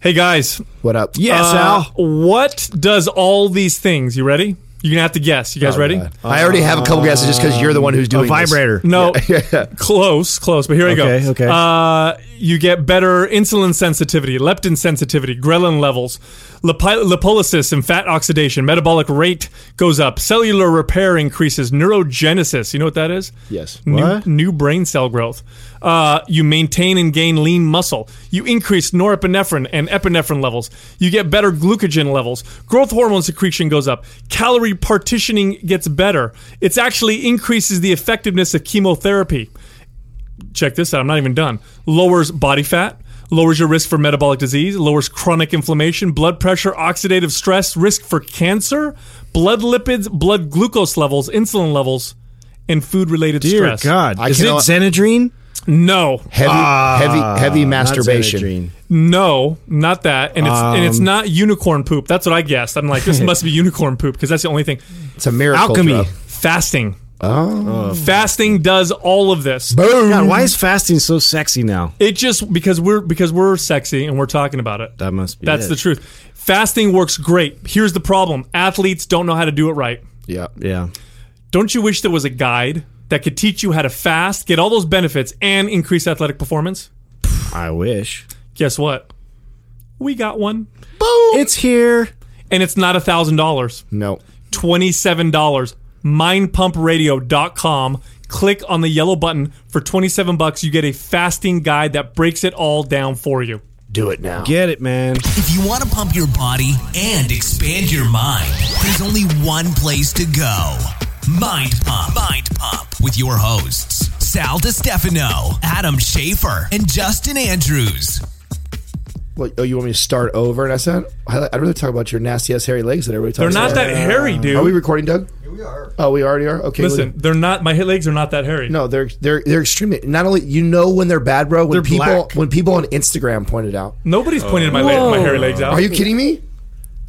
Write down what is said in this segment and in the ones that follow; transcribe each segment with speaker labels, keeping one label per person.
Speaker 1: Hey guys.
Speaker 2: What up?
Speaker 3: Yes,
Speaker 1: Uh,
Speaker 3: Al.
Speaker 1: What does all these things? You ready? You're gonna have to guess. You guys ready?
Speaker 2: I already have a couple guesses just because you're the one who's doing
Speaker 3: a
Speaker 2: this.
Speaker 3: vibrator.
Speaker 1: No.
Speaker 2: Yeah.
Speaker 1: Close, close. But here we
Speaker 3: Okay,
Speaker 1: go.
Speaker 3: okay.
Speaker 1: Uh, you get better insulin sensitivity, leptin sensitivity, ghrelin levels, lipi- lipolysis and fat oxidation. Metabolic rate goes up. Cellular repair increases. Neurogenesis. You know what that is?
Speaker 2: Yes.
Speaker 1: New,
Speaker 3: What?
Speaker 1: new brain cell growth. Uh, you maintain and gain lean muscle. You increase norepinephrine and epinephrine levels. You get better glucogen levels. Growth hormone secretion goes up. Calorie partitioning gets better. It's actually increases the effectiveness of chemotherapy. Check this out. I'm not even done. Lowers body fat. Lowers your risk for metabolic disease, lowers chronic inflammation, blood pressure, oxidative stress, risk for cancer, blood lipids, blood glucose levels, insulin levels, and food related
Speaker 3: Dear
Speaker 1: stress.
Speaker 3: God,
Speaker 2: I
Speaker 3: is it
Speaker 2: cannot-
Speaker 3: Xenadrine?
Speaker 1: No,
Speaker 2: Heavy,
Speaker 3: Ah,
Speaker 2: heavy, heavy
Speaker 3: not
Speaker 2: masturbation.
Speaker 3: Xenadrine.
Speaker 1: no, not that, and it's and
Speaker 3: Um,
Speaker 1: it's not unicorn poop. That's what I guessed. I'm like, this must be unicorn poop because that's the only thing.
Speaker 2: It's a miracle.
Speaker 3: Alchemy.
Speaker 2: throw.
Speaker 1: Fasting. Oh. Fasting does all of this.
Speaker 2: Boom.
Speaker 3: God, why is fasting so sexy now?
Speaker 1: It just because we're because we're sexy and we're talking about it.
Speaker 3: That must be.
Speaker 1: That's
Speaker 3: it.
Speaker 1: the truth. Fasting works great. Here's the problem: athletes don't know how to do it right.
Speaker 2: Yeah.
Speaker 3: Yeah.
Speaker 1: Don't you wish there was a guide that could teach you how to fast, get all those benefits, and increase athletic performance?
Speaker 3: I wish.
Speaker 1: Guess what? We got one,
Speaker 3: It's here.
Speaker 1: and it's not a thousand dollars.
Speaker 2: No.
Speaker 1: $27. Mindpumpradio.com. Click on the yellow button for 27 bucks. You get a fasting guide that breaks it all down for you.
Speaker 2: Do it now.
Speaker 3: Get it, man.
Speaker 4: If you want to pump your body and expand your mind, there's only one place to go. Mind Pump. Mind Pump with your hosts, Sal DiStefano, Adam Schaefer, and Justin Andrews.
Speaker 2: What, oh, you want me to start over? And I said, I- I'd rather talk about your nasty ass hairy legs that everybody
Speaker 1: They're
Speaker 2: talks
Speaker 1: not
Speaker 2: about.
Speaker 1: that hairy, dude.
Speaker 2: Are we recording, Doug? we are. Oh, we already are. Okay.
Speaker 1: Listen,
Speaker 2: well,
Speaker 1: they're not my legs are not that hairy.
Speaker 2: no, they're they're they're extremely. Not only you know when they're bad, bro. When
Speaker 3: They're
Speaker 2: people
Speaker 3: black.
Speaker 2: when people on Instagram pointed out.
Speaker 1: Nobody's pointing my, le- my hairy legs out.
Speaker 2: Are you kidding me?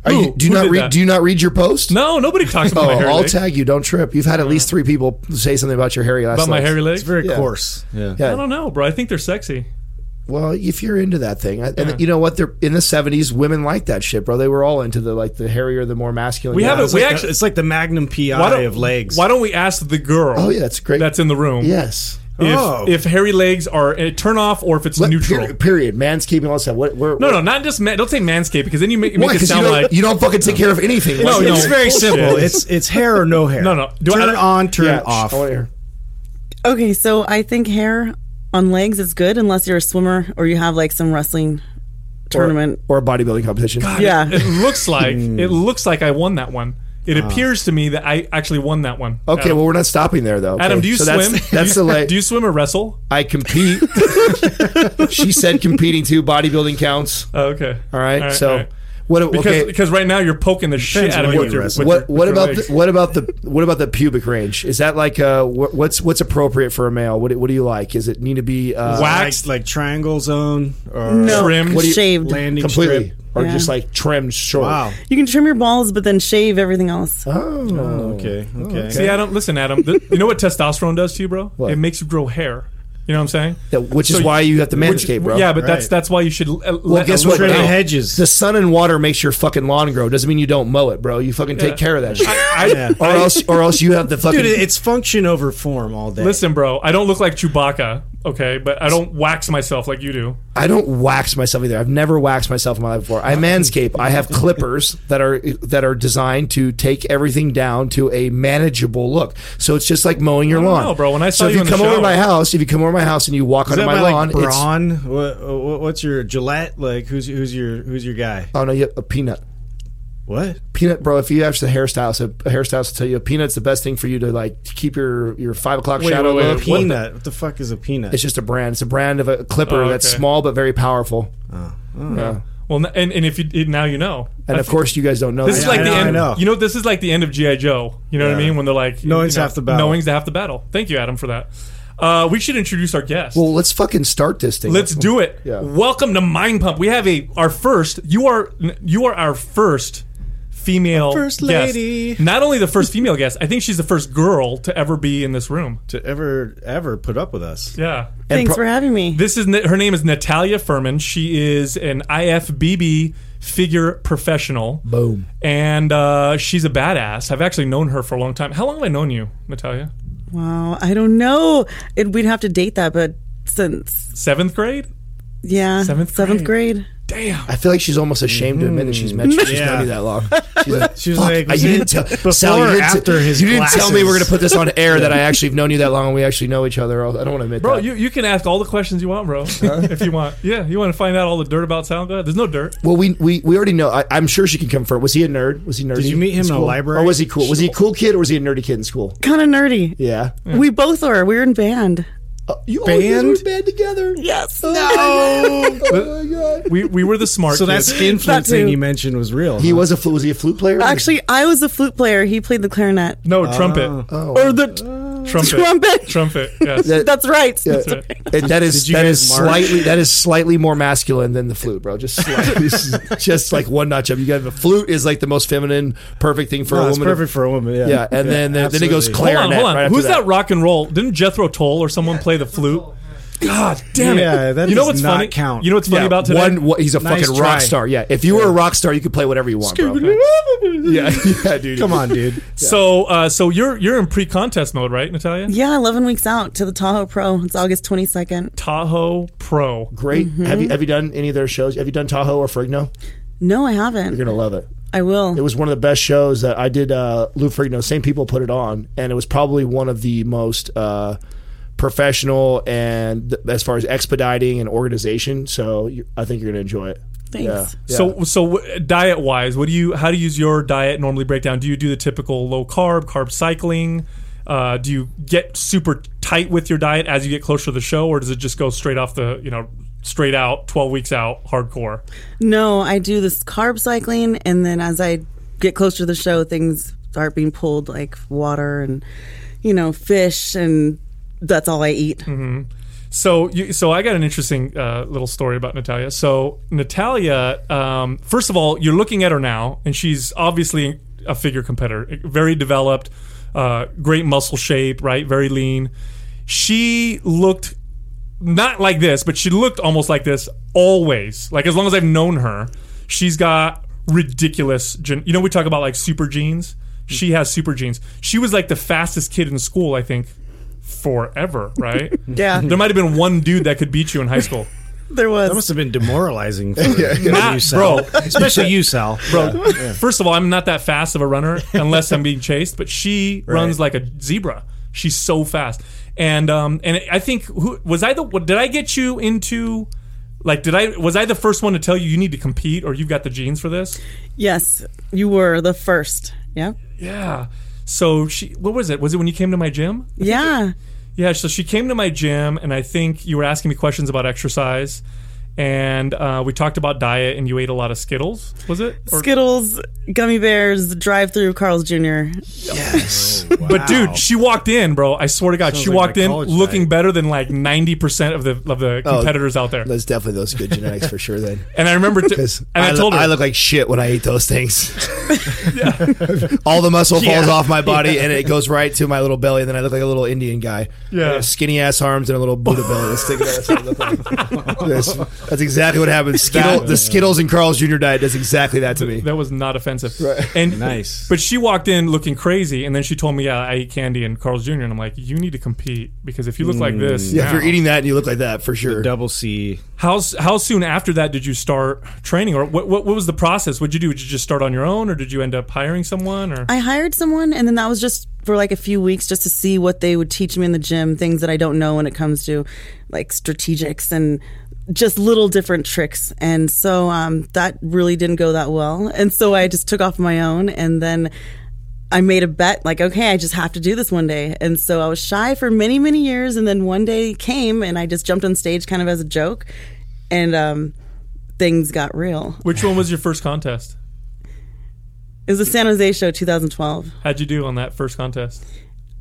Speaker 2: Are
Speaker 1: Who-
Speaker 2: you, do you
Speaker 1: who
Speaker 2: not
Speaker 1: did
Speaker 2: read?
Speaker 1: that?
Speaker 2: Do you not read your post?
Speaker 1: no, nobody talks about
Speaker 2: Oh,
Speaker 1: my hairy
Speaker 2: I'll
Speaker 1: legs.
Speaker 2: tag you. Don't trip. You've had at least three people say something about your hairy ass.
Speaker 1: about my
Speaker 2: legs.
Speaker 1: hairy legs?
Speaker 3: Very
Speaker 2: Yeah.
Speaker 3: coarse.
Speaker 1: I
Speaker 3: Yeah.
Speaker 2: Yeah.
Speaker 1: don't know, bro. I think they're sexy.
Speaker 2: Well, if you're into that thing, I, and you know what? They're in the '70s. Women like that shit, bro. They were all into the like the hairier, the more masculine.
Speaker 1: We
Speaker 2: guys.
Speaker 1: have a-
Speaker 3: It's
Speaker 1: we
Speaker 3: like,
Speaker 1: actually-
Speaker 3: it's like the Magnum
Speaker 1: Why
Speaker 3: PI
Speaker 1: don't,
Speaker 3: of legs.
Speaker 1: why don't we ask the girl
Speaker 2: Oh yeah, that's great.
Speaker 1: that's in the room
Speaker 2: yes.
Speaker 1: if,
Speaker 3: Oh.
Speaker 1: if hairy legs are a turn off or if it's
Speaker 2: Let-
Speaker 1: neutral?
Speaker 2: per- period. Manscaping. All that. stuff. What? We're,
Speaker 1: No, no, not just man. Don't say manscape because then you make, you
Speaker 2: Why?
Speaker 1: make it
Speaker 2: Because you,
Speaker 1: sound
Speaker 2: don't-
Speaker 1: like
Speaker 2: you don't fucking take care of anything.
Speaker 1: No,
Speaker 2: Like,
Speaker 1: no.
Speaker 3: it's very
Speaker 1: Bullshit.
Speaker 3: simple. It's it's hair or no hair.
Speaker 1: No, no. Do I-
Speaker 3: turn it on, turn
Speaker 2: yeah,
Speaker 3: it off.
Speaker 2: I wanna hear.
Speaker 5: Okay, so I think hair on legs is good unless you're a swimmer or you have like some wrestling tournament.
Speaker 2: or a bodybuilding competition.
Speaker 5: yeah.
Speaker 1: it looks like
Speaker 2: Hmm.
Speaker 1: it looks like I won that one. It appears to me that I actually won that one.
Speaker 2: Ah. Okay,
Speaker 1: Adam,
Speaker 2: well we're not stopping there though. Okay,
Speaker 1: Adam, do you
Speaker 2: so
Speaker 1: swim?
Speaker 2: That's,
Speaker 1: do, you,
Speaker 2: that's the late.
Speaker 1: do you swim or wrestle?
Speaker 2: I compete. she said competing too. Bodybuilding counts.
Speaker 1: Oh, okay.
Speaker 2: All right.
Speaker 1: All right,
Speaker 2: so
Speaker 1: all right.
Speaker 2: what?
Speaker 1: because
Speaker 2: okay.
Speaker 1: because right now you're poking the shit
Speaker 3: Depends
Speaker 1: out of
Speaker 3: what
Speaker 1: me
Speaker 3: you
Speaker 1: with your,
Speaker 3: wrestle.
Speaker 1: with
Speaker 2: what
Speaker 1: your-
Speaker 2: what
Speaker 1: with your
Speaker 2: about the,
Speaker 1: legs.
Speaker 2: what about the what about the pubic range? Is that like uh wh- what's what's appropriate for a male? What do- what do you like? Is it need to be uh,
Speaker 1: waxed?
Speaker 3: like, like triangle zone or
Speaker 5: No,
Speaker 1: Trim. What do you-
Speaker 5: shaved.
Speaker 3: landing
Speaker 2: completely
Speaker 3: strip.
Speaker 2: or
Speaker 5: Yeah.
Speaker 2: just like trimmed short?
Speaker 3: Wow.
Speaker 5: You can trim your balls, but then shave everything else.
Speaker 2: Oh.
Speaker 3: Okay. Okay.
Speaker 1: See, Adam, listen, Adam. th- you know what testosterone does to you, bro?
Speaker 2: What?
Speaker 1: It makes you grow hair. You know what I'm saying?
Speaker 2: That- which
Speaker 1: So
Speaker 2: is
Speaker 1: you-
Speaker 2: why you have to
Speaker 1: Which-
Speaker 2: manscape, bro.
Speaker 1: Yeah, but that's
Speaker 3: Right.
Speaker 1: that's why you should. uh, Let,
Speaker 2: Well, guess
Speaker 1: let it
Speaker 2: what?
Speaker 3: Trim
Speaker 1: out.
Speaker 2: No.
Speaker 3: hedges.
Speaker 2: The sun and water makes your fucking lawn grow. Doesn't mean you don't mow it, bro. You fucking take care of that shit.
Speaker 1: I,
Speaker 3: Yeah.
Speaker 2: or else, or else you have the fucking.
Speaker 3: Dude, it's function over form all day.
Speaker 1: Listen, bro, I don't look like Chewbacca, okay, but I don't wax myself like you do.
Speaker 2: I don't wax myself either. I've never waxed myself in my life before. I manscape. I have clippers that are that are designed to take everything down to a manageable look. So it's just like mowing your lawn,
Speaker 1: know, bro. When I saw
Speaker 2: so if
Speaker 1: you
Speaker 2: you
Speaker 1: in the
Speaker 2: come over to
Speaker 1: shower-
Speaker 2: my house, if you come over to my house and you walk
Speaker 3: Is
Speaker 2: onto
Speaker 3: that
Speaker 2: my
Speaker 3: by
Speaker 2: lawn,
Speaker 3: like
Speaker 2: it's
Speaker 3: brawn? What, what, what's your Gillette? Like who's who's your who's your guy?
Speaker 2: oh no, you a peanut.
Speaker 3: What?
Speaker 2: Peanut, bro. If you ask the hairstylist, a hairstylist will tell you a peanut's the best thing for you to like to keep your your five o'clock
Speaker 1: Wait,
Speaker 2: shadow
Speaker 1: wait, wait,
Speaker 2: look.
Speaker 1: what the-
Speaker 3: Peanut. What the fuck is a peanut?
Speaker 2: It's just a brand. It's a brand of a clipper
Speaker 1: Oh,
Speaker 2: that's
Speaker 1: okay. Oh.
Speaker 2: small but very powerful. Yeah.
Speaker 1: Well, n- and, and if you it, now you know,
Speaker 2: And of course, you guys don't know.
Speaker 1: this
Speaker 2: that.
Speaker 1: is like
Speaker 3: I
Speaker 1: the
Speaker 3: know,
Speaker 1: end.
Speaker 3: I know.
Speaker 1: You know, this is like the end of GI Joe. You know what I
Speaker 3: Yeah.
Speaker 1: mean? When they're like,
Speaker 3: Knowing's
Speaker 1: you know,
Speaker 3: half the battle.
Speaker 1: Knowing's half the battle. Thank you, Adam, for that. Uh, we should introduce our guest.
Speaker 2: well, let's fucking start this thing.
Speaker 1: Let's do it.
Speaker 2: Yeah.
Speaker 1: Welcome to Mind Pump. We have a our first. You are you are our first female
Speaker 3: first
Speaker 1: guest.
Speaker 3: lady.
Speaker 1: Not only the first female guest, I think she's the first girl to ever be in this room.
Speaker 3: to ever ever put up with us.
Speaker 1: Yeah.
Speaker 5: Thanks for having me.
Speaker 1: This is her name is Natalia Furman. She is an IFBB figure professional.
Speaker 2: Boom.
Speaker 1: And uh, she's a badass. I've actually known her for a long time. How long have I known you, Natalia?
Speaker 5: Wow, I don't know. It, we'd have to date that, but since
Speaker 1: Seventh grade?
Speaker 5: yeah,
Speaker 1: Seventh
Speaker 5: grade.
Speaker 1: Damn.
Speaker 2: I feel like she's almost ashamed to admit that she's met you. She's
Speaker 3: Mm-hmm. Yeah.
Speaker 2: known you that long. She's like,
Speaker 3: She was like,
Speaker 2: "Fuck,
Speaker 3: was
Speaker 2: you
Speaker 3: it
Speaker 2: didn't tell
Speaker 3: before
Speaker 2: Sal, you
Speaker 3: or
Speaker 2: didn't t-
Speaker 3: after his
Speaker 2: You didn't tell me we're gonna
Speaker 3: glasses?
Speaker 2: put this on air that I actually have known you that long and we actually know each other. I don't want to admit
Speaker 1: Bro,
Speaker 2: that.
Speaker 1: you, you can ask all the questions you want, bro. if you want. Yeah, you want to find out all the dirt about Sound? Go ahead. There's no dirt.
Speaker 2: well, we, we we already know. I, I'm sure she can confirm. Was he a nerd? Was he nerdy?
Speaker 3: you meet him in a
Speaker 2: school?
Speaker 3: library?
Speaker 2: Or was he cool? Was he a cool kid or was he a nerdy kid in school?
Speaker 5: Kind of nerdy.
Speaker 2: Yeah.
Speaker 5: We both were. We were in band.
Speaker 2: Uh, you all guys
Speaker 3: Band?
Speaker 2: were band together.
Speaker 5: Yes.
Speaker 2: No. oh my god.
Speaker 1: We, we were the smart
Speaker 3: So that
Speaker 1: kids.
Speaker 3: skin flute
Speaker 5: That
Speaker 3: thing
Speaker 5: too.
Speaker 3: you mentioned was real.
Speaker 2: He
Speaker 3: huh?
Speaker 2: was a flu- was he a flute player?
Speaker 5: Actually, I was the flute player. He played the clarinet
Speaker 1: No, trumpet.
Speaker 2: Ah. Oh.
Speaker 5: or the
Speaker 1: Trumpet.
Speaker 5: trumpet.
Speaker 1: Trumpet. Yes.
Speaker 2: That-
Speaker 5: That's right.
Speaker 2: That's It- that is
Speaker 3: Did you
Speaker 2: that
Speaker 3: guys
Speaker 2: is
Speaker 3: march?
Speaker 2: slightly that is slightly more masculine than the flute, bro. Just slightly, This is just like one notch up. You got the flute is like the most feminine, perfect thing for
Speaker 3: No,
Speaker 2: a
Speaker 3: it's
Speaker 2: woman.
Speaker 3: perfect for a woman. Yeah,
Speaker 2: yeah, and then then, then it goes
Speaker 3: absolutely.
Speaker 1: Hold
Speaker 2: clarinet.
Speaker 1: on, hold on.
Speaker 2: right after
Speaker 1: Who's that. rock and roll? Didn't Jethro Tull or someone play the flute? God damn it!
Speaker 3: Yeah, that
Speaker 1: you know
Speaker 3: does
Speaker 1: what's
Speaker 3: not
Speaker 1: funny?
Speaker 3: count.
Speaker 1: You know what's funny
Speaker 2: Ah, Yeah,
Speaker 1: about today?
Speaker 2: One, one- he's a
Speaker 3: Nice
Speaker 2: fucking
Speaker 3: try.
Speaker 2: rock star. Yeah, if you were a rock star, you could play whatever you want, bro. Yeah, yeah, dude.
Speaker 3: Come on, dude.
Speaker 1: So, uh, so you're you're in pre-contest mode, right, Natalia?
Speaker 5: Yeah, 11 weeks out to the Tahoe Pro. It's August 22nd.
Speaker 1: Tahoe Pro.
Speaker 2: Great. Have
Speaker 3: Mm-hmm.
Speaker 2: you have you done any of their shows? Have you done Tahoe or Frigno?
Speaker 5: No, I haven't.
Speaker 2: You're gonna love it.
Speaker 5: I will.
Speaker 2: It was one of the best shows that I did. Uh, Lou Ferrigno, same people put it on, and it was probably one of the most uh, professional and th- as far as expediting and organization. So you, I think you're going to enjoy it.
Speaker 5: Thanks.
Speaker 2: Yeah.
Speaker 1: So, so diet wise, what do you? How do you use your diet normally break down? Do you do the typical low carb, carb cycling? Uh, do you get super tight with your diet as you get closer to the show, or does it just go straight off the you know straight out twelve weeks out hardcore?
Speaker 5: No, I do this carb cycling, and then as I get closer to the show, things start being pulled like water and, you know, fish, and that's all I eat.
Speaker 1: So, you, so I got an interesting uh, little story about Natalia. So, Natalia, um, first of all, you're looking at her now, and she's obviously a figure competitor, very developed, uh, great muscle shape, right? Very lean. She looked not like this, but she looked almost like this always. Like as long as I've known her, she's got ridiculous. Gen- you know, we talk about like super genes. She has super genes. She was like the fastest kid in school, I think, forever. Right?
Speaker 5: Yeah.
Speaker 1: There might have been one dude that could beat you in high school.
Speaker 5: There was.
Speaker 3: That must have been demoralizing for
Speaker 1: Not-
Speaker 3: you, Sal.
Speaker 1: bro.
Speaker 3: Especially you, Sal. Bro,
Speaker 1: First of all, I'm not that fast of a runner unless I'm being chased, but she runs like a zebra. She's so fast. And um and I think who was I the what did I get you into like did I was I the first one to tell you you need to compete or you've got the genes for this?
Speaker 5: yes, you were the first. Yeah.
Speaker 1: Yeah. So she what was it? Was it when you came to my gym?
Speaker 5: Yeah.
Speaker 1: Yeah, so she came to my gym, and I think you were asking me questions about exercise, and uh, we talked about diet, and you ate a lot of Skittles, was it? Or-
Speaker 5: Skittles, gummy bears, drive through Carl's Jr.
Speaker 3: Oh,
Speaker 1: But dude, she walked in, bro. I swear to God, she
Speaker 3: like
Speaker 1: walked
Speaker 3: my
Speaker 1: in
Speaker 3: college
Speaker 1: looking
Speaker 3: diet.
Speaker 1: better than like ninety percent of the of the
Speaker 2: Oh,
Speaker 1: competitors out there.
Speaker 2: That's definitely those good genetics for sure. Then,
Speaker 1: And I remember, t- and
Speaker 2: because
Speaker 1: I,
Speaker 2: lo-
Speaker 1: told her,
Speaker 2: I look like shit when I eat those things. All the muscle falls off my body and it goes right to my little belly, and then I look like a little Indian guy.
Speaker 1: Yeah.
Speaker 2: I got skinny ass arms and a little Buddha belly. That's, that's, what I look like. that's, that's exactly what happens. Skittle, the Skittles and Carl's Jr. diet does exactly that to me.
Speaker 1: that was not offensive. And
Speaker 3: Nice.
Speaker 1: But she walked in looking crazy, and then she told me, "Yeah, I eat candy and Carl's Jr." And I'm like, "You need to compete because if you look like this,
Speaker 2: Yeah, if
Speaker 1: now-
Speaker 2: you're eating that and you look like that, for sure.
Speaker 3: double C.
Speaker 1: How s- how soon after that did you start training, or what what, what was the process? What did you do? Did you just start on your own, or did you end up hiring someone? Or
Speaker 5: I hired someone, and then that was just for like a few weeks just to see what they would teach me in the gym, things that I don't know when it comes to like strategics and just little different tricks. And so um, that really didn't go that well. And so I just took off my own, and then I made a bet like, okay, I just have to do this one day. And so I was shy for many, many years, and then one day came, and I just jumped on stage kind of as a joke. And um, things got real.
Speaker 1: Which one was your first contest?
Speaker 5: It was the San Jose show 2012.
Speaker 1: How'd you do on that first contest?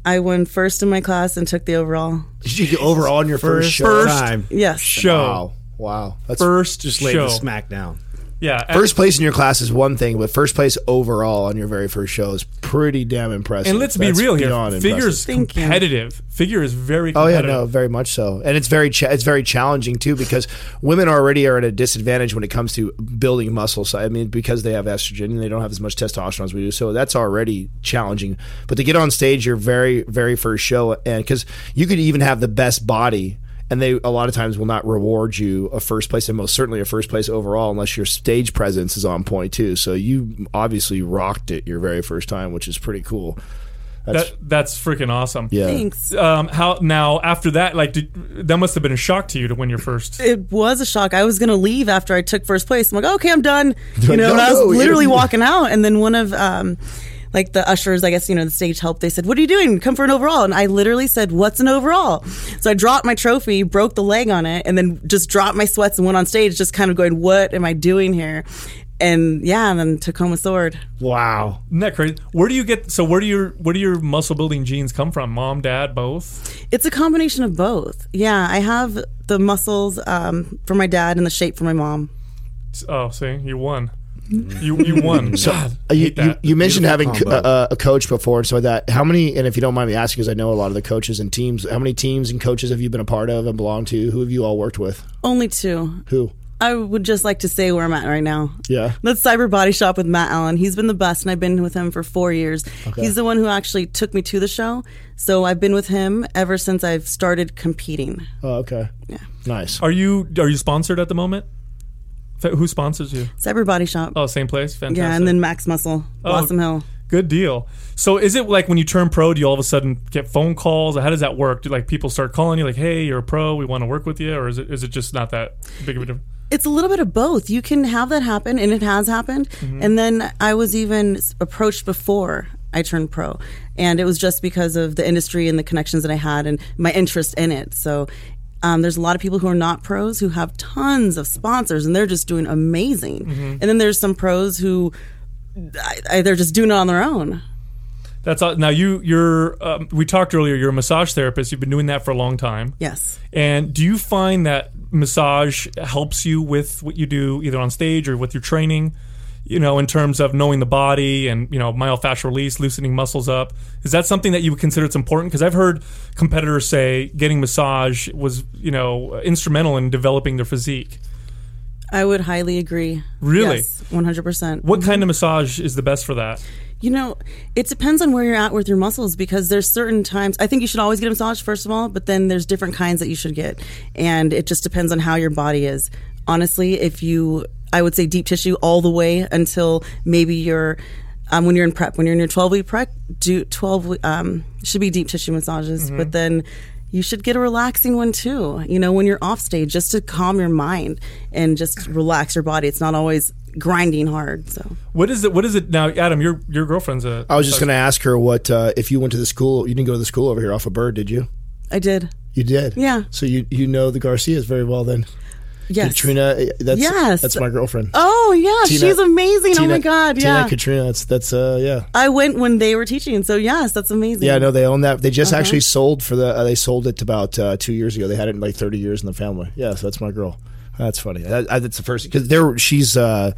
Speaker 5: I won first in my class and took the overall.
Speaker 2: Did you get overall in your first, show?
Speaker 1: First
Speaker 3: time.
Speaker 5: Yes.
Speaker 1: show.
Speaker 3: Wow. Wow. That's
Speaker 1: First
Speaker 3: just laid
Speaker 1: show.
Speaker 3: the smack down.
Speaker 1: Yeah. and-
Speaker 2: First place in your class is one thing, but first place overall on your very first show is pretty damn impressive.
Speaker 1: And let's be
Speaker 2: That's
Speaker 1: real here.
Speaker 2: beyond
Speaker 1: Figure
Speaker 2: impressive.
Speaker 1: is
Speaker 5: Thank you.
Speaker 1: competitive. Figure is very
Speaker 2: Oh yeah,
Speaker 1: competitive.
Speaker 2: no, very much so, and it's very cha- it's very challenging too because women already are at a disadvantage when it comes to building muscle. So I mean, because they have estrogen and they don't have as much testosterone as we do, so that's already challenging. But to get on stage your very very first show, and because you could even have the best body, and they a lot of times will not reward you a first place and most certainly a first place overall unless your stage presence is on point too. So you obviously rocked it your very first time, which is pretty cool. That's
Speaker 1: That, that's freaking awesome.
Speaker 2: yeah.
Speaker 5: Thanks.
Speaker 1: Um, how now after that? Like did, that must have been a shock to you to win your first.
Speaker 5: It was a shock. I was gonna leave after I took first place. I'm like, okay, I'm done. You know,
Speaker 2: No,
Speaker 5: and I was
Speaker 2: no, you-
Speaker 5: literally walking out, and then one of um, like the ushers, I guess you know, the stage help. They said, "What are you doing? Come for an overall." And I literally said, "What's an overall?" So I dropped my trophy, broke the leg on it, and then just dropped my sweats and went on stage, just kind of going, "What am I doing here?" And yeah, and then took home a sword.
Speaker 3: Wow.
Speaker 1: Isn't that crazy? Where do you get? So where do your where do your muscle building genes come from? Mom, dad, both.
Speaker 5: It's a combination of both. Yeah, I have the muscles um, for my dad and the shape for my mom.
Speaker 1: Oh, see, you won. You you won. God,
Speaker 2: Uh, You,
Speaker 1: hate
Speaker 2: you,
Speaker 1: that.
Speaker 2: you mentioned having
Speaker 3: Beautiful
Speaker 2: co-
Speaker 3: combo.
Speaker 2: uh, a coach before and so that how many and if you don't mind me asking because i know a lot of the coaches and teams how many teams and coaches have you been a part of and belonged to who have you all worked with
Speaker 5: Only two.
Speaker 2: who
Speaker 5: I would just like to say where I'm at right now.
Speaker 2: Yeah.
Speaker 5: That's Cyber Body Shop with Matt Allen. He's been the best, and I've been with him for four years. He's the one who actually took me to the show. So I've been with him ever since I've started competing.
Speaker 2: oh okay yeah nice
Speaker 1: Are you are you sponsored at the moment? Fa- Who sponsors you?
Speaker 5: Cyber Body Shop.
Speaker 1: Oh, same place. Fantastic. Oh,
Speaker 5: yeah, and then Max Muscle, Blossom Hill.
Speaker 1: Good deal. So, is it like when you turn pro, do you all of a sudden get phone calls? How does that work? Do like people start calling you, like, "Hey, you're a pro. We want to work with you," or is it is it just not that big of a difference?
Speaker 5: It's a little bit of both. You can have that happen, and it has happened.
Speaker 1: Mm-hmm.
Speaker 5: And then I was even s- approached before I turned pro, and it was just because of the industry and the connections that I had and my interest in it. So um, there's a lot of people who are not pros who have tons of sponsors, and they're just doing amazing.
Speaker 1: Mm-hmm.
Speaker 5: And then there's some pros who I, I, they're just doing it on their own.
Speaker 1: That's all. Now you you're um, we talked earlier. You're a massage therapist. You've been doing that for a long time.
Speaker 5: Yes.
Speaker 1: And do you find that massage helps you with what you do, either on stage or with your training? You know, in terms of knowing the body and you know myofascial release, loosening muscles up, is that something that you would consider it's important? Because I've heard competitors say getting massage was you know instrumental in developing their physique.
Speaker 5: I would highly agree.
Speaker 1: Really?
Speaker 5: Yes, 100%.
Speaker 1: What kind of massage is the best for that?
Speaker 5: You know, it depends on where you're at with your muscles because there's certain times. I think you should always get a massage first of all, but then there's different kinds that you should get, and it just depends on how your body is. Honestly, if you, I would say deep tissue all the way until maybe you're, um, when you're in prep, when you're in your 12 week prep, do 12 we- um, should be deep tissue massages, but then. You should get a relaxing one too, you know, when you're off stage, just to calm your mind and just relax your body. It's not always grinding hard. So,
Speaker 1: What is it? What is it now, Adam? Your your girlfriend's a.
Speaker 5: Oh.
Speaker 2: i was just going to ask her what uh, if you went to the school you didn't go to the school over here off a bird did you
Speaker 5: I did.
Speaker 2: you did
Speaker 5: Yeah.
Speaker 2: so you you know the garcias very well then
Speaker 5: Yes.
Speaker 2: katrina eh, that's
Speaker 5: Yes.
Speaker 2: that's my girlfriend
Speaker 5: Oh yeah,
Speaker 2: Tina-
Speaker 5: she's amazing. oh
Speaker 2: Tina-
Speaker 5: my god,
Speaker 2: Tina
Speaker 5: yeah.
Speaker 2: katrina that's that's uh yeah
Speaker 5: I went when they were teaching, so yes, that's amazing. Uh-huh.
Speaker 2: yeah, no, they own that. They just actually sold for the. Uh, they sold it about uh, two years ago. They had it in like thirty years in the family. Yeah, so that's my girl. That's funny. That, I, that's the first because there she's uh,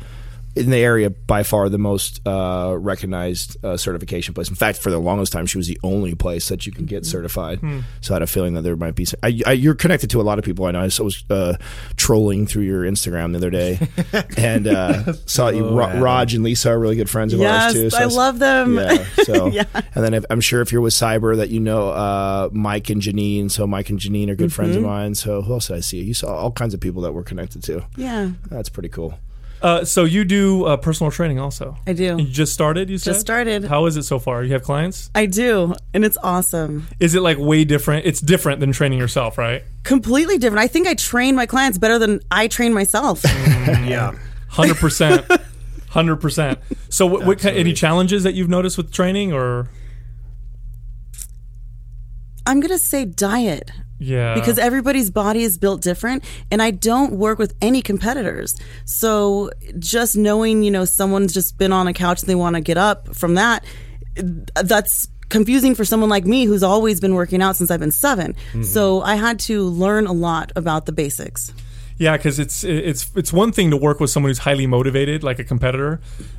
Speaker 2: in the area by far the most uh, recognized uh, certification place. In fact, for the longest time, she was the only place that you can get certified.
Speaker 5: Hmm.
Speaker 2: So I had a feeling that there might be. Some, I, I, you're connected to a lot of people. I know. I was- I was uh, trolling through your Instagram the other day and uh, saw you. Ro- Raj and Lisa are really good friends of
Speaker 5: Oh, Yes,
Speaker 2: ours too.
Speaker 5: I
Speaker 2: was-
Speaker 5: love them.
Speaker 2: Yeah, so and then if, I'm sure if you're with Cyber that you know uh, Mike and Janine. So Mike and Janine are good friends of mine. So who else did I see? You saw all kinds of people that we're connected to.
Speaker 5: Yeah,
Speaker 2: That's pretty cool.
Speaker 1: Uh, so you do uh, personal training also.
Speaker 5: I do.
Speaker 1: You just started. You said?
Speaker 5: started.
Speaker 1: How is it so far? You have clients?
Speaker 5: I do, and it's awesome.
Speaker 1: Is it like way different? It's different than training yourself, right?
Speaker 5: Completely different. I think I train my clients better than I train myself.
Speaker 3: Yeah.
Speaker 1: Hundred percent. Hundred percent. So what, what kind, any challenges that you've noticed with training or
Speaker 5: I'm gonna say diet.
Speaker 1: Yeah.
Speaker 5: because everybody's body is built different and i don't work with any competitors so just knowing you know someone's just been on a couch and they want to get up from that that's confusing for someone like me who's always been working out since i've been 7
Speaker 1: Mm-hmm.
Speaker 5: so i had to learn a lot about the basics
Speaker 2: e-
Speaker 1: Yeah, because it's it's it's one thing to work with someone who's highly motivated, like a competitor.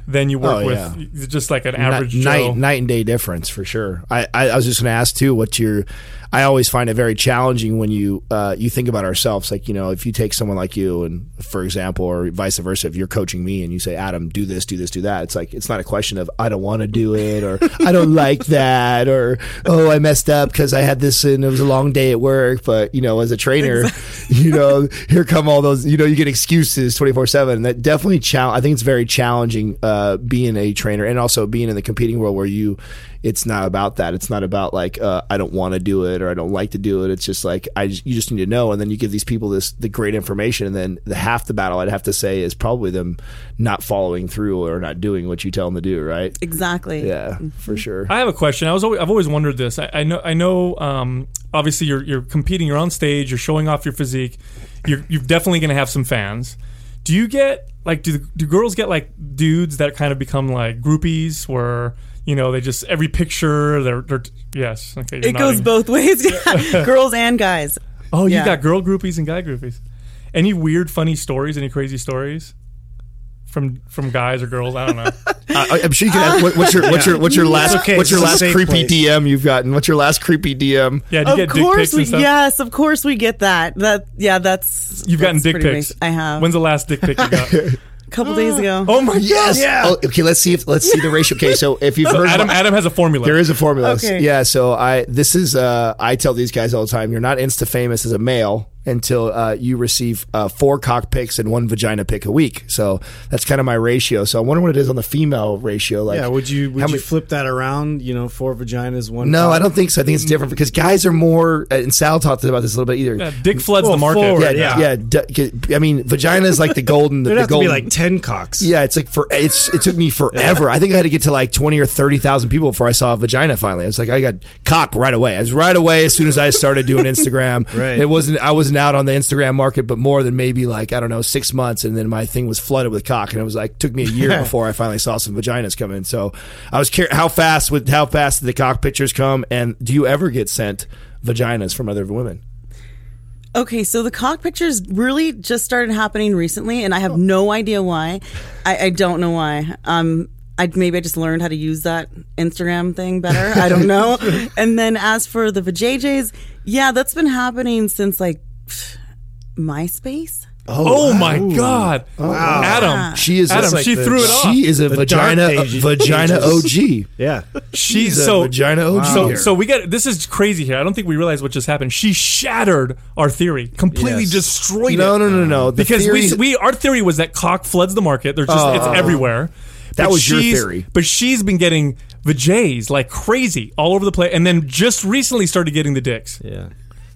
Speaker 1: Then you work
Speaker 2: Oh,
Speaker 1: with just like an average
Speaker 2: Ni-
Speaker 1: Joe.
Speaker 2: night night and day difference for sure. I, I, I was just going to ask too. What's your? I always find it very challenging when you uh, you think about ourselves. Like you know, if you take someone like you, and for example, or vice versa, if you're coaching me and you say, Adam, do this, do this, do that. It's like it's not a question of I don't want to do it or I don't like that or oh I messed up because I had this and it was a long day at work. But you know, as a trainer, you know, here come all those. You know, you get excuses twenty four seven. That definitely challenge. I think it's very challenging uh, being a trainer and also being in the competing world where you, it's not about that. It's not about like uh, I don't want to do it or I don't like to do it. It's just like I just, you just need to know, and then you give these people this the great information, and then the half the battle I'd have to say is probably them not following through or not doing what you tell them to do. Right?
Speaker 5: exactly
Speaker 2: Yeah, for sure.
Speaker 1: I have a question. I was always, I've always wondered this. I, I know I know. Um, obviously, you're you're competing. You're on stage. You're showing off your physique. You're you're definitely going to have some fans. Do you get like do do girls get like dudes that kind of become like groupies where you know they just every picture they're, they're yes okay you're
Speaker 5: it goes
Speaker 1: nodding.
Speaker 5: both ways yeah. girls and guys
Speaker 1: oh you
Speaker 5: yeah.
Speaker 1: got girl groupies and guy groupies any weird funny stories any crazy stories from from guys or girls I don't know
Speaker 2: I, I'm sure you can. Ask, what, what's your what's your what's your last
Speaker 3: okay.
Speaker 2: what's your
Speaker 3: It's a
Speaker 2: last
Speaker 3: safe
Speaker 2: creepy
Speaker 3: place.
Speaker 2: DM you've gotten? What's your last creepy DM?
Speaker 1: yeah do you
Speaker 5: of
Speaker 1: get dick
Speaker 5: course
Speaker 1: pics
Speaker 5: we
Speaker 1: and stuff
Speaker 5: yes of course we get that that yeah that's
Speaker 1: you've gotten
Speaker 5: that's
Speaker 1: dick
Speaker 5: pretty
Speaker 1: pics
Speaker 5: amazing. i have
Speaker 1: when's the last dick pic you got
Speaker 5: a couple days ago
Speaker 1: oh my
Speaker 2: Yes. Oh, okay. Let's see if let's see the ratio. Okay. So if you've heard
Speaker 1: Adam,
Speaker 2: about-
Speaker 1: Adam has a formula.
Speaker 2: There is a formula.
Speaker 5: Okay.
Speaker 2: Yeah. So I this is uh, I tell these guys all the time. You're not insta famous as a male until uh, you receive uh, four cock picks and one vagina pick a week. So that's kind of my ratio. So I wonder what it is on the female ratio. Like,
Speaker 3: yeah, would you would
Speaker 2: how
Speaker 3: you
Speaker 2: many-
Speaker 3: flip that around? You know, four vaginas, one.
Speaker 2: No,
Speaker 3: cock?
Speaker 2: I don't think so. I think it's different because guys are more. uh, And Sal talked about this a little bit either.
Speaker 1: Yeah, dick floods the market.
Speaker 3: forward,
Speaker 1: right
Speaker 2: yeah,
Speaker 1: now.
Speaker 2: yeah. d- I mean, vagina is like the golden.
Speaker 3: There'd
Speaker 2: the
Speaker 3: have to
Speaker 2: golden,
Speaker 3: be like ten cocks.
Speaker 2: Yeah, it's like for it's it took me forever. I think I had to get to like twenty or thirty thousand people before I saw a vagina finally. It's like I got cock right away. I was right away as soon as I started doing Instagram.
Speaker 3: Right.
Speaker 2: It wasn't I wasn't out on the Instagram market, but more than maybe like I don't know six months, and then my thing was flooded with cock, and it was like took me a year before I finally saw some vaginas come in. So I was curious how fast with how fast did the cock pictures come, and do you ever get sent vaginas from other women?
Speaker 5: Okay, so the cock pictures really just started happening recently, and I have no idea why. I, I don't know why. Um, I maybe I just learned how to use that Instagram thing better. I don't know. and then as for the vajayjays, yeah, that's been happening since like pfft, MySpace.
Speaker 1: Oh, my God. Adam.
Speaker 2: She is
Speaker 1: Adam,
Speaker 2: like
Speaker 1: she
Speaker 2: the-
Speaker 1: threw it off.
Speaker 2: She is a
Speaker 3: The
Speaker 2: vagina
Speaker 3: dark
Speaker 2: a
Speaker 3: ages-
Speaker 2: vagina OG.
Speaker 3: Yeah.
Speaker 1: She's
Speaker 2: She's a
Speaker 1: so
Speaker 2: vagina OG
Speaker 1: So,
Speaker 2: here.
Speaker 1: so we got this is crazy here. I don't think we realize what just happened. She shattered our theory, completely
Speaker 3: Yes.
Speaker 1: destroyed
Speaker 2: No,
Speaker 1: it.
Speaker 2: no, no, no. The
Speaker 1: because
Speaker 2: theories-
Speaker 1: we we our theory was that cock floods the market. There's just it's everywhere.
Speaker 2: Oh. That
Speaker 1: But
Speaker 2: was your
Speaker 1: she's-
Speaker 2: theory.
Speaker 1: But she's been getting vajays like crazy all over the place, and then just recently started getting the dicks.
Speaker 3: Yeah.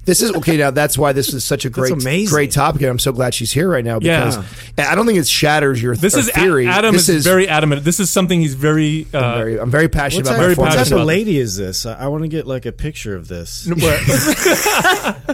Speaker 2: This is okay. Now that's why this is such a great,
Speaker 3: amazing.
Speaker 2: great topic, and I'm so glad she's here right now because
Speaker 1: Yeah.
Speaker 2: and I don't think it shatters your
Speaker 1: This
Speaker 2: or
Speaker 1: is a-
Speaker 2: theory.
Speaker 1: Adam
Speaker 2: this
Speaker 1: is, very adamant. This is something he's very. Uh,
Speaker 2: I'm very, I'm very passionate
Speaker 3: What
Speaker 2: about
Speaker 3: type,
Speaker 2: my
Speaker 1: very
Speaker 3: what
Speaker 2: form.
Speaker 3: type
Speaker 1: passionate
Speaker 3: of
Speaker 1: about-
Speaker 3: lady is this? I, I want to get like a picture of this.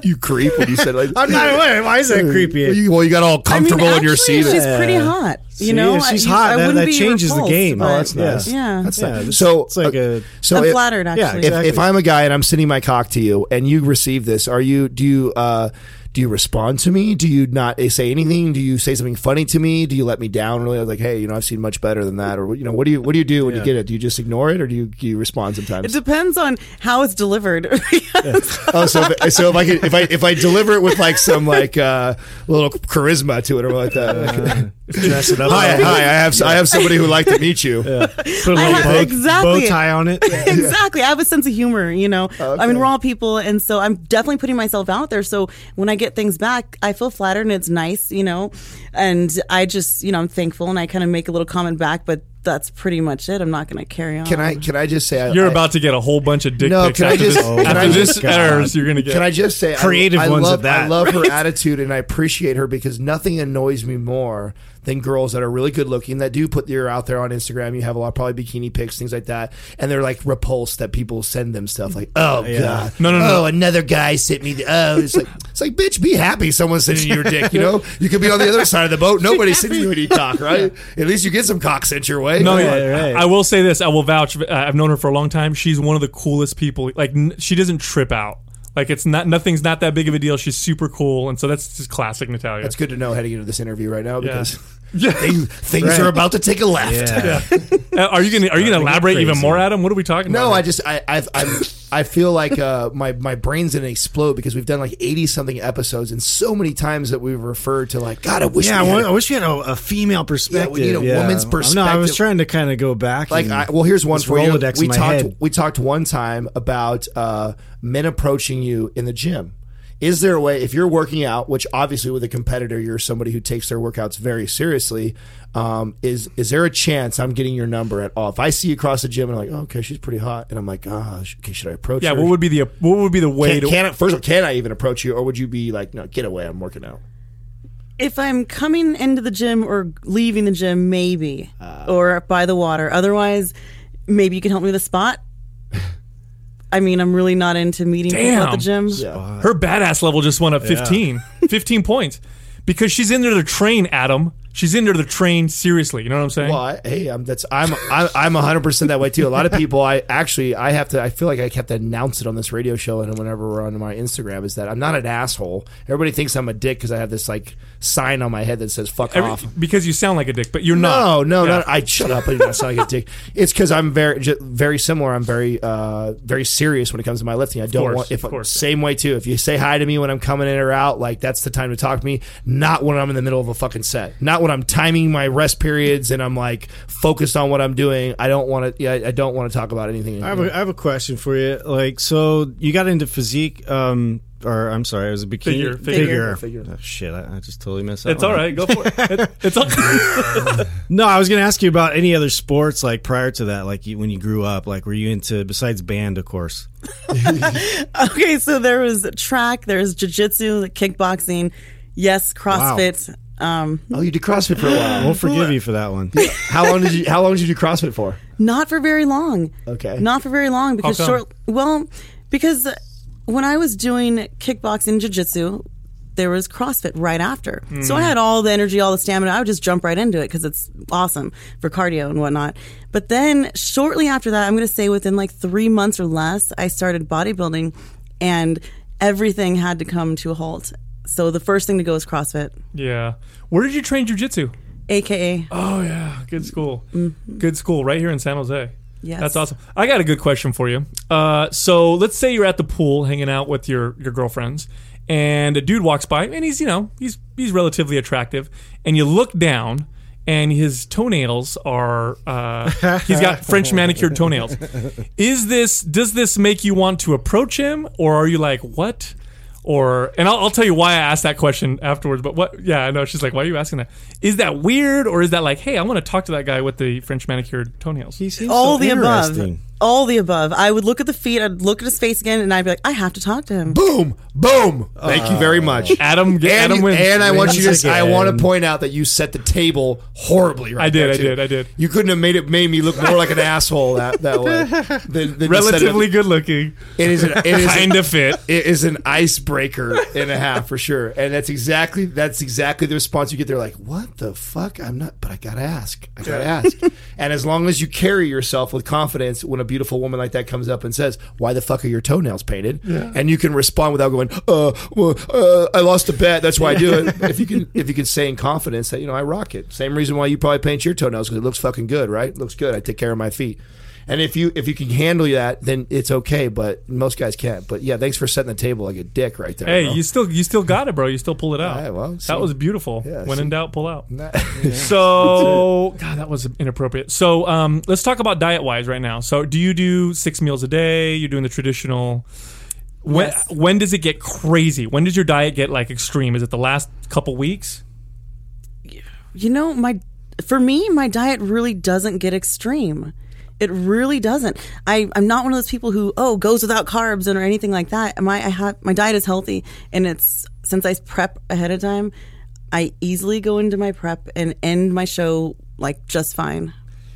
Speaker 2: You creep when you said like
Speaker 3: I'm not aware. Why is that creepy?
Speaker 2: Well, you, well, you got all
Speaker 5: I mean,
Speaker 2: comfortable in your
Speaker 5: actually,
Speaker 2: seat.
Speaker 5: She's pretty hot. You
Speaker 3: See,
Speaker 5: know,
Speaker 3: if
Speaker 5: I-
Speaker 3: she's
Speaker 5: you-
Speaker 3: hot,
Speaker 5: I
Speaker 3: that-
Speaker 5: wouldn't
Speaker 3: that
Speaker 5: be
Speaker 3: changes the
Speaker 5: repulsed,
Speaker 3: game. Oh,
Speaker 5: but-
Speaker 3: that's nice.
Speaker 5: Yeah,
Speaker 2: That's
Speaker 3: Yeah,
Speaker 2: nice.
Speaker 3: this-
Speaker 2: so
Speaker 3: it's like
Speaker 2: uh,
Speaker 3: a-
Speaker 2: so
Speaker 5: I'm
Speaker 2: if-
Speaker 5: flattered actually.
Speaker 2: if,
Speaker 3: Exactly.
Speaker 2: if I'm a guy and I'm sending my cock to you and you receive this, are you do you uh, do you respond to me? Do you not eh, say anything? Do you say something funny to me? Do you let me down? Really, like, hey, you know, I've seen much better than that, or you know, what do you what do you do when you get it? Do you just ignore it, or do you, do you respond
Speaker 5: It
Speaker 2: sometimes?
Speaker 5: depends on how it's delivered.
Speaker 2: oh, so if, so if I could, if I if I deliver it with like some like uh, little charisma to it or like that. like,
Speaker 3: Dress it up.
Speaker 2: hi, hi, I have I have somebody who would like to meet you.
Speaker 3: Put a
Speaker 5: I
Speaker 3: little
Speaker 5: have-
Speaker 3: bow,
Speaker 5: exactly.
Speaker 3: bow tie on it.
Speaker 5: exactly. I have a sense of humor, you know. I
Speaker 2: okay.
Speaker 5: mean, we're all people, and so I'm definitely putting myself out there. So when I get things back, I feel flattered and it's nice, you know. And I just, you know, I'm thankful and I kind of make a little comment back, but that's pretty much it. I'm not going to carry on.
Speaker 2: Can I can I just say I,
Speaker 1: You're
Speaker 2: I,
Speaker 1: about to get a whole bunch of dick
Speaker 2: No,
Speaker 1: pics
Speaker 2: can I
Speaker 1: after
Speaker 2: just-
Speaker 1: this,
Speaker 2: oh
Speaker 1: after
Speaker 2: my
Speaker 1: this
Speaker 2: God.
Speaker 1: airs. You're gonna get.
Speaker 2: Can I just say I-
Speaker 3: Creative
Speaker 2: I,
Speaker 3: ones
Speaker 2: love,
Speaker 3: at that,
Speaker 2: I love her attitude and I appreciate her because nothing annoys me more than girls that are really good looking that do put their out there on Instagram. You have a lot probably bikini pics, things like that, and they're like repulsed that people send them stuff like, oh god,
Speaker 1: No, no, no.
Speaker 2: oh another guy sent me. The, oh, it's like it's like bitch, be happy. Someone's sending you your dick. You know, you could be on the other side of the boat. Nobody's sending you any cock, right? At least you get some cock sent your way.
Speaker 1: No,
Speaker 2: Come on.
Speaker 1: Oh, yeah,
Speaker 3: right.
Speaker 1: I will say this. I will vouch. uh, I've known her for a long time. She's one of the coolest people. Like n- she doesn't trip out. Like it's not nothing's not that big of a deal. She's super cool, and so that's just classic Natalia.
Speaker 2: That's good to know heading into this interview right now because
Speaker 1: Yeah.
Speaker 2: things, things are about to take a left.
Speaker 3: Yeah.
Speaker 1: Uh, are you gonna Are you gonna
Speaker 3: Nothing
Speaker 1: elaborate even
Speaker 3: crazy.
Speaker 1: more, Adam? What are we talking about?
Speaker 2: No, I
Speaker 1: here?
Speaker 2: just I I've, I'm I feel like uh, my my brain's gonna explode because we've done like eighty something episodes and so many times that we've referred to like God I wish
Speaker 3: yeah, I,
Speaker 2: we had
Speaker 3: want,
Speaker 2: a-
Speaker 3: I wish we had a, a female perspective.
Speaker 2: need a woman's
Speaker 3: No, I
Speaker 2: perspective.
Speaker 3: was trying to kind of go back.
Speaker 2: like
Speaker 3: and
Speaker 2: I, well here's one
Speaker 3: this
Speaker 2: for you.
Speaker 3: Rolodex in
Speaker 2: we
Speaker 3: my
Speaker 2: talked
Speaker 3: head.
Speaker 2: we talked one time about uh, men approaching you in the gym. Is there a way if you're working out, which obviously with a competitor you're somebody who takes their workouts very seriously? Um, is is there a chance I'm getting your number at all? If I see you across the gym and I'm like, oh, okay, she's pretty hot, and I'm like, ah, sh- okay, should I approach
Speaker 1: yeah.
Speaker 2: her?
Speaker 1: What would be the What would be the way
Speaker 2: Can,
Speaker 1: to?
Speaker 2: can I, first of all, can I even approach you, or would you be like, no, get away? I'm working out.
Speaker 5: If I'm coming into the gym or leaving the gym, maybe,
Speaker 2: Ah.
Speaker 5: or by the water. Otherwise, maybe you can help me with a spot. I mean, I'm really not into meeting people at the
Speaker 1: Damn.
Speaker 5: gym.
Speaker 2: Uh,
Speaker 1: her badass level just went up 15, 15 points because she's in there to train Adam. She's in there to train seriously. You know what I'm saying?
Speaker 2: Well, I, hey, I'm that's I'm I, I'm 100 percent that way too. A lot of people, I actually I have to I feel like I have to announce it on this radio show and whenever we're on my Instagram is that I'm not an asshole. Everybody thinks I'm a dick because I have this like sign on my head that says "fuck
Speaker 1: Every-
Speaker 2: off."
Speaker 1: because you sound like a dick, but you're
Speaker 2: No,
Speaker 1: not.
Speaker 2: no,
Speaker 1: Yeah.
Speaker 2: no. I shut up. I sound like a dick. It's because I'm very, ju- very similar. I'm very, uh, very serious when it comes to my lifting. I don't
Speaker 1: course,
Speaker 2: want. If
Speaker 1: of course.
Speaker 2: same way too. If you say hi to me when I'm coming in or out, like that's the time to talk to me. Not when I'm in the middle of a fucking set. Not when I'm timing my rest periods and I'm like focused on what I'm doing. I don't want to. Yeah, I don't want to talk about anything.
Speaker 3: I have, a, I have a question for you. Like, so you got into physique, um, or I'm sorry, it was a bikini
Speaker 1: Figure,
Speaker 3: figure.
Speaker 1: figure.
Speaker 3: Oh, shit, I, I just totally messed up.
Speaker 1: It's all right. Go for it. It- It's all.
Speaker 3: No, I was going to ask you about any other sports, like prior to that, like you, when you grew up, like were you into besides band, of course.
Speaker 5: Okay, so there was track, there's jujitsu, kickboxing, yes, CrossFit. Um,
Speaker 2: oh, you did CrossFit for a while.
Speaker 3: We'll
Speaker 1: Mm-hmm.
Speaker 3: forgive you for that one.
Speaker 2: how long did you? How long did you do CrossFit for?
Speaker 5: Not for very long.
Speaker 2: Okay.
Speaker 5: Not for very long because
Speaker 1: come?
Speaker 5: short. Well, because uh, when I was doing kickboxing, jujitsu, there was CrossFit right after. So I had all the energy, all the stamina. I would just jump right into it because it's awesome for cardio and whatnot. But then shortly after that, I'm going to say within like three months or less, I started bodybuilding, and everything had to come to a halt. So the first thing to go is CrossFit,
Speaker 1: Yeah. Where did you train jujitsu?
Speaker 5: aka
Speaker 1: Oh yeah, good school. Good school right here in San Jose.
Speaker 5: Yes.
Speaker 1: That's awesome. I got a good question for you. Uh, so let's say you're at the pool hanging out with your your girlfriends and a dude walks by and he's, you know, he's he's relatively attractive and you look down and his toenails are uh, he's got French manicured toenails. Is this does this make you want to approach him or are you like what? Or and I'll, I'll tell you why I asked that question afterwards. But what? Yeah, I know. She's like, "Why are you asking that? Is that weird, or is that like, hey, I want to talk to that guy with the French manicured toenails?"
Speaker 3: He seems
Speaker 5: all
Speaker 3: so
Speaker 5: the above.
Speaker 3: interesting.
Speaker 5: All the above. I would look at the feet, I'd look at his face again, and I'd be like, I have to talk to him.
Speaker 2: Boom, boom. Thank you very much.
Speaker 1: Uh, Adam,
Speaker 2: And,
Speaker 1: Adam wins.
Speaker 2: and I want you
Speaker 3: Wins
Speaker 2: to. I
Speaker 3: again.
Speaker 2: want to point out that you set the table horribly. Right
Speaker 1: I did,
Speaker 2: there,
Speaker 1: I
Speaker 2: too.
Speaker 1: did, I did.
Speaker 2: You couldn't have made it made me look more like an asshole that that way. Than, than you set it up.
Speaker 1: relatively good looking,
Speaker 2: It is. An, it is.
Speaker 1: kind
Speaker 2: an,
Speaker 1: of fit.
Speaker 2: It is an icebreaker and a half for sure. And that's exactly that's exactly the response you get. They're like, "What the fuck? I'm not." But I gotta ask. I gotta ask. And as long as you carry yourself with confidence when a beautiful woman like that comes up and says, "Why the fuck are your toenails painted?" and you can respond without going, "Uh, well, uh, I lost a bet. That's why I do it." if you can, if you can say in confidence that you know I rock it. Same reason why you probably paint your toenails because it looks fucking good, right? looks good. I take care of my feet. And if you if you can handle that, then it's okay. But most guys can't. But yeah, thanks for setting the table like a dick right there.
Speaker 1: Hey,
Speaker 2: bro.
Speaker 1: you still you still got it, bro. You still pulled it out.
Speaker 2: All right, well, see.
Speaker 1: that was beautiful.
Speaker 2: Yeah,
Speaker 1: when
Speaker 2: see.
Speaker 1: in doubt, pull out. So, God, that was inappropriate. So, um, let's talk about diet wise right now. So, do you do six meals a day? You're doing the traditional. When when does it get crazy? When does your diet get like extreme? Is it the last couple weeks?
Speaker 5: You know, my for me, my diet really doesn't get extreme. It really doesn't. I, I'm not one of those people who oh goes without carbs and or anything like that. My I have my diet is healthy and it's since I prep ahead of time. I easily go into my prep and end my show like just fine.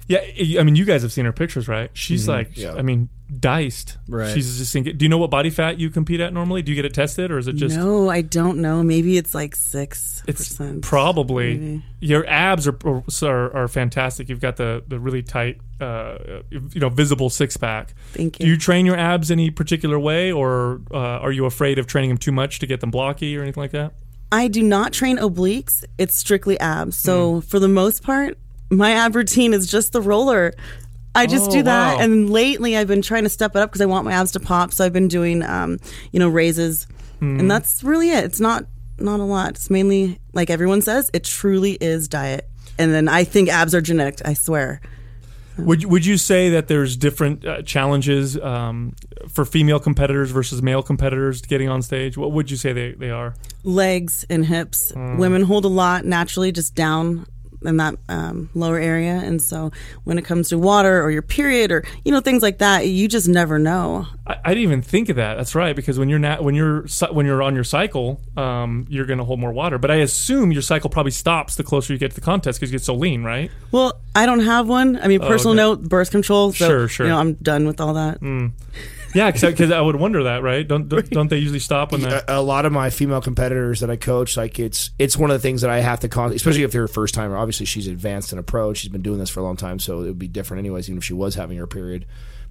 Speaker 1: Yeah, I I mean, you guys have seen her pictures, right? She's
Speaker 2: Mm-hmm.
Speaker 1: like, I mean, diced.
Speaker 3: Right.
Speaker 1: She's just thinking. Do you know what body fat you compete at normally? Do you get it tested, or is it just?
Speaker 5: no, I don't know. Maybe it's like six
Speaker 1: It's
Speaker 5: percent.
Speaker 1: probably your abs are, are are fantastic. You've got the the really tight, uh, you know, visible six pack.
Speaker 5: Thank
Speaker 1: Do
Speaker 5: you.
Speaker 1: you train your abs any particular way, or uh, are you afraid of training them too much to get them blocky or anything like that?
Speaker 5: I do not train obliques. It's strictly abs. So
Speaker 1: Mm.
Speaker 5: for the most part, my ab routine is just the roller. I just
Speaker 1: Oh,
Speaker 5: do that.
Speaker 1: wow.
Speaker 5: And lately, I've been trying to step it up because I want my abs to pop. So I've been doing, um, you know, raises,
Speaker 1: Hmm.
Speaker 5: and that's really it. It's not not a lot. It's mainly like everyone says, it truly is diet. And then I think abs are genetic. I swear.
Speaker 1: Would would you say that there's different uh, challenges um, for female competitors versus male competitors getting on stage? What would you say they, they are?
Speaker 5: legs and hips.
Speaker 1: Mm.
Speaker 5: Women hold a lot naturally, just down in that um, lower area. And so when it comes to water or your period or, you know, things like that, you just never know.
Speaker 1: I, I didn't even think of that. That's right, because when you're not when you're cy- when you're on your cycle, um, you're going to hold more water. But I assume your cycle probably stops the closer you get to the contest because you get so lean, right?
Speaker 5: Well, I don't have one. I mean, personal
Speaker 1: Oh, okay.
Speaker 5: note, birth control. So,
Speaker 1: Sure, sure. Mm.
Speaker 5: You know, I'm done with all that.
Speaker 1: Yeah, because I, would wonder that, right? Don't don't, don't they usually stop when
Speaker 2: a,
Speaker 1: that?
Speaker 2: a lot of my female competitors that I coach, like it's it's one of the things that I have to constantly, especially if they're a first timer. Obviously, she's advanced and a pro. She's been doing this for a long time, so it would be different anyways, even if she was having her period.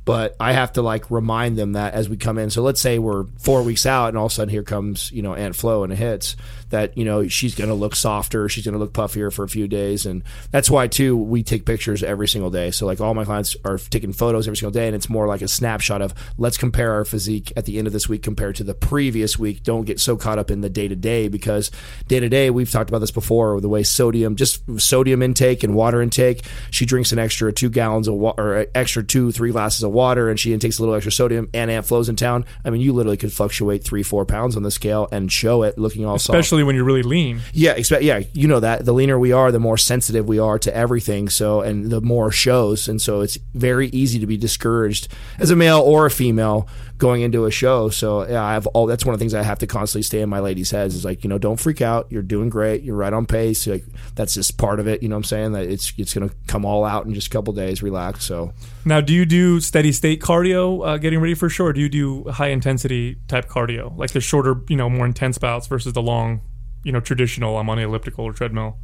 Speaker 2: But I have to like remind them that as we come in. So let's say we're four weeks out, and all of a sudden here comes you know Aunt Flo and it hits that you know she's going to look softer, she's going to look puffier for a few days, and that's why too we take pictures every single day. So like all my clients are taking photos every single day, and it's more like a snapshot of let's compare our physique at the end of this week compared to the previous week. Don't get so caught up in the day to day because day to day we've talked about this before. The way sodium, just sodium intake and water intake, she drinks an extra two gallons of water, or extra two three glasses of water, and she intakes a little extra sodium. And Aunt Flo's in town. I mean, you literally could fluctuate three four pounds on the scale and show it looking all soft.
Speaker 1: Especially when you're really lean.
Speaker 2: Yeah, expect, yeah, you know that. The leaner we are, the more sensitive we are to everything. So, and the more shows, and so it's very easy to be discouraged as a male or a female going into a show. So, yeah, I have all. That's one of the things I have to constantly stay in my ladies' heads is like, you know, don't freak out. You're doing great. You're right on pace. Like that's just part of it. You know what I'm saying? That it's it's gonna come all out in just a couple days. Relax. So,
Speaker 1: Now, do you do steady state cardio, uh, getting ready for a show, or do you do high intensity type cardio, like the shorter, you know, more intense bouts versus the long, you know, traditional? I'm on the elliptical or treadmill.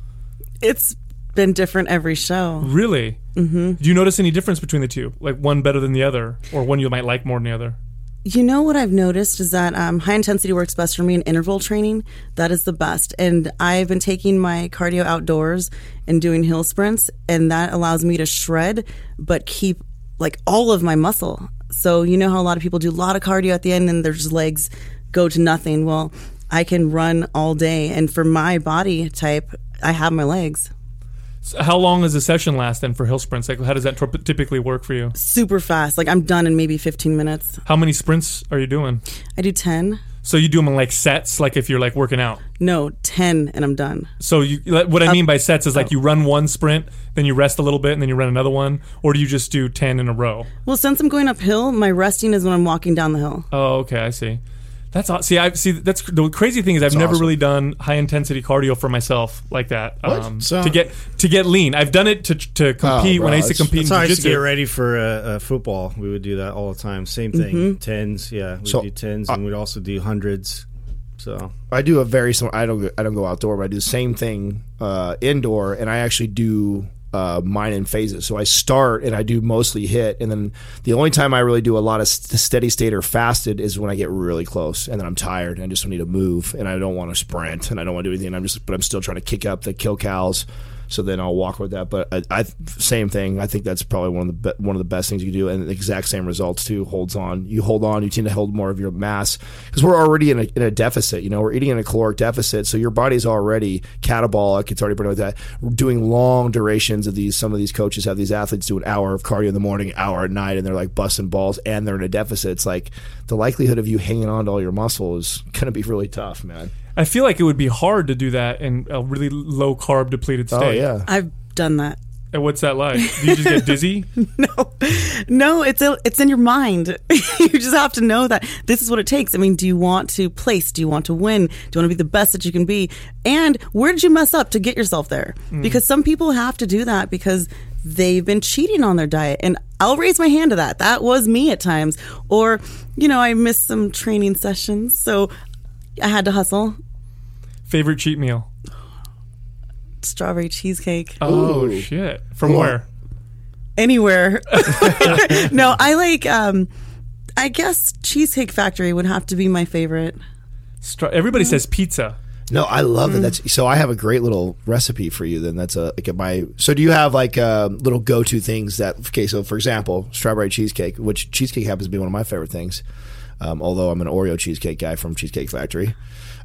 Speaker 5: It's been different every show.
Speaker 1: Really? Mm-hmm. Do you notice any difference between the two? Like one better than the other, or one you might like more than the other?
Speaker 5: You know what I've noticed is that um, high intensity works best for me in interval training. That is the best. And I've been taking my cardio outdoors and doing hill sprints, and that allows me to shred but keep like all of my muscle. So, you know how a lot of people do a lot of cardio at the end and their just legs go to nothing. Well, I can run all day. And for my body type, I have my legs.
Speaker 1: So how long does a session last then for hill sprints? Like, how does that trop- typically work for you?
Speaker 5: Super fast. Like, I'm done in maybe 15 minutes.
Speaker 1: How many sprints are you doing?
Speaker 5: I do 10.
Speaker 1: So you do them in like sets, like if you're like working out.
Speaker 5: No, 10, and I'm done.
Speaker 1: So you, like, what I mean by sets is like you run one sprint, then you rest a little bit, and then you run another one, or do you just do ten in a row?
Speaker 5: Well, since I'm going uphill, my resting is when I'm walking down the hill.
Speaker 1: Oh, okay, I see. That's aw- see, I see. That's the crazy thing is I've never really done high intensity cardio for myself like that. Um,
Speaker 3: So-
Speaker 1: to get to get lean, I've done it to to compete when I used to compete
Speaker 3: That's
Speaker 1: in
Speaker 3: how I used to
Speaker 1: jiu-jitsu.
Speaker 3: get ready for uh, uh, football. We would do that all the time. Same thing.
Speaker 5: Mm-hmm.
Speaker 3: Tens, yeah. We'd
Speaker 2: So,
Speaker 3: do tens, and we'd also do hundreds. So
Speaker 2: I do a very similar. I don't. I don't go outdoor, but I do the same thing uh, indoor, and I actually do uh, mine in phases. So I start and I do mostly hit, and then the only time I really do a lot of st- steady state or fasted is when I get really close, and then I'm tired and I just need to move, and I don't want to sprint, and I don't want to do anything. I'm just, but I'm still trying to kick up the kill cows. So then I'll walk with that, but I, I same thing. I think that's probably one of the be, one of the best things you can do, and the exact same results too. Holds on, you hold on. You tend to hold more of your mass because we're already in a, in a deficit. You know, we're eating in a caloric deficit, so your body's already catabolic. It's already burning with that. We're doing long durations of these. Some of these coaches have these athletes do an hour of cardio in the morning, hour at night, and they're like busting balls, and they're in a deficit. It's like the likelihood of you hanging on to all your muscle is going to be really tough, man.
Speaker 1: I feel like it would be hard to do that in a really low carb depleted state.
Speaker 2: Oh yeah,
Speaker 5: I've done that.
Speaker 1: And what's that like? Do you just get dizzy?
Speaker 5: no, no, it's it's in your mind. you just have to know that this is what it takes. I mean, do you want to place? Do you want to win? Do you want to be the best that you can be? And where did you mess up to get yourself there? Because some people have to do that because they've been cheating on their diet. And I'll raise my hand to that. That was me at times. Or, you know, I missed some training sessions, so I had to hustle.
Speaker 1: Favorite cheat meal?
Speaker 5: Strawberry cheesecake.
Speaker 1: Oh shit! From where?
Speaker 5: anywhere. no, I like. Um, I guess Cheesecake Factory would have to be my favorite.
Speaker 1: Stra- Everybody says pizza.
Speaker 2: No, I love that. That's so. I have a great little recipe for you. Then that's a like my. So do you have like um little go to things that? Okay, so for example, strawberry cheesecake, which cheesecake happens to be one of my favorite things. Um, although I'm an Oreo cheesecake guy from Cheesecake Factory,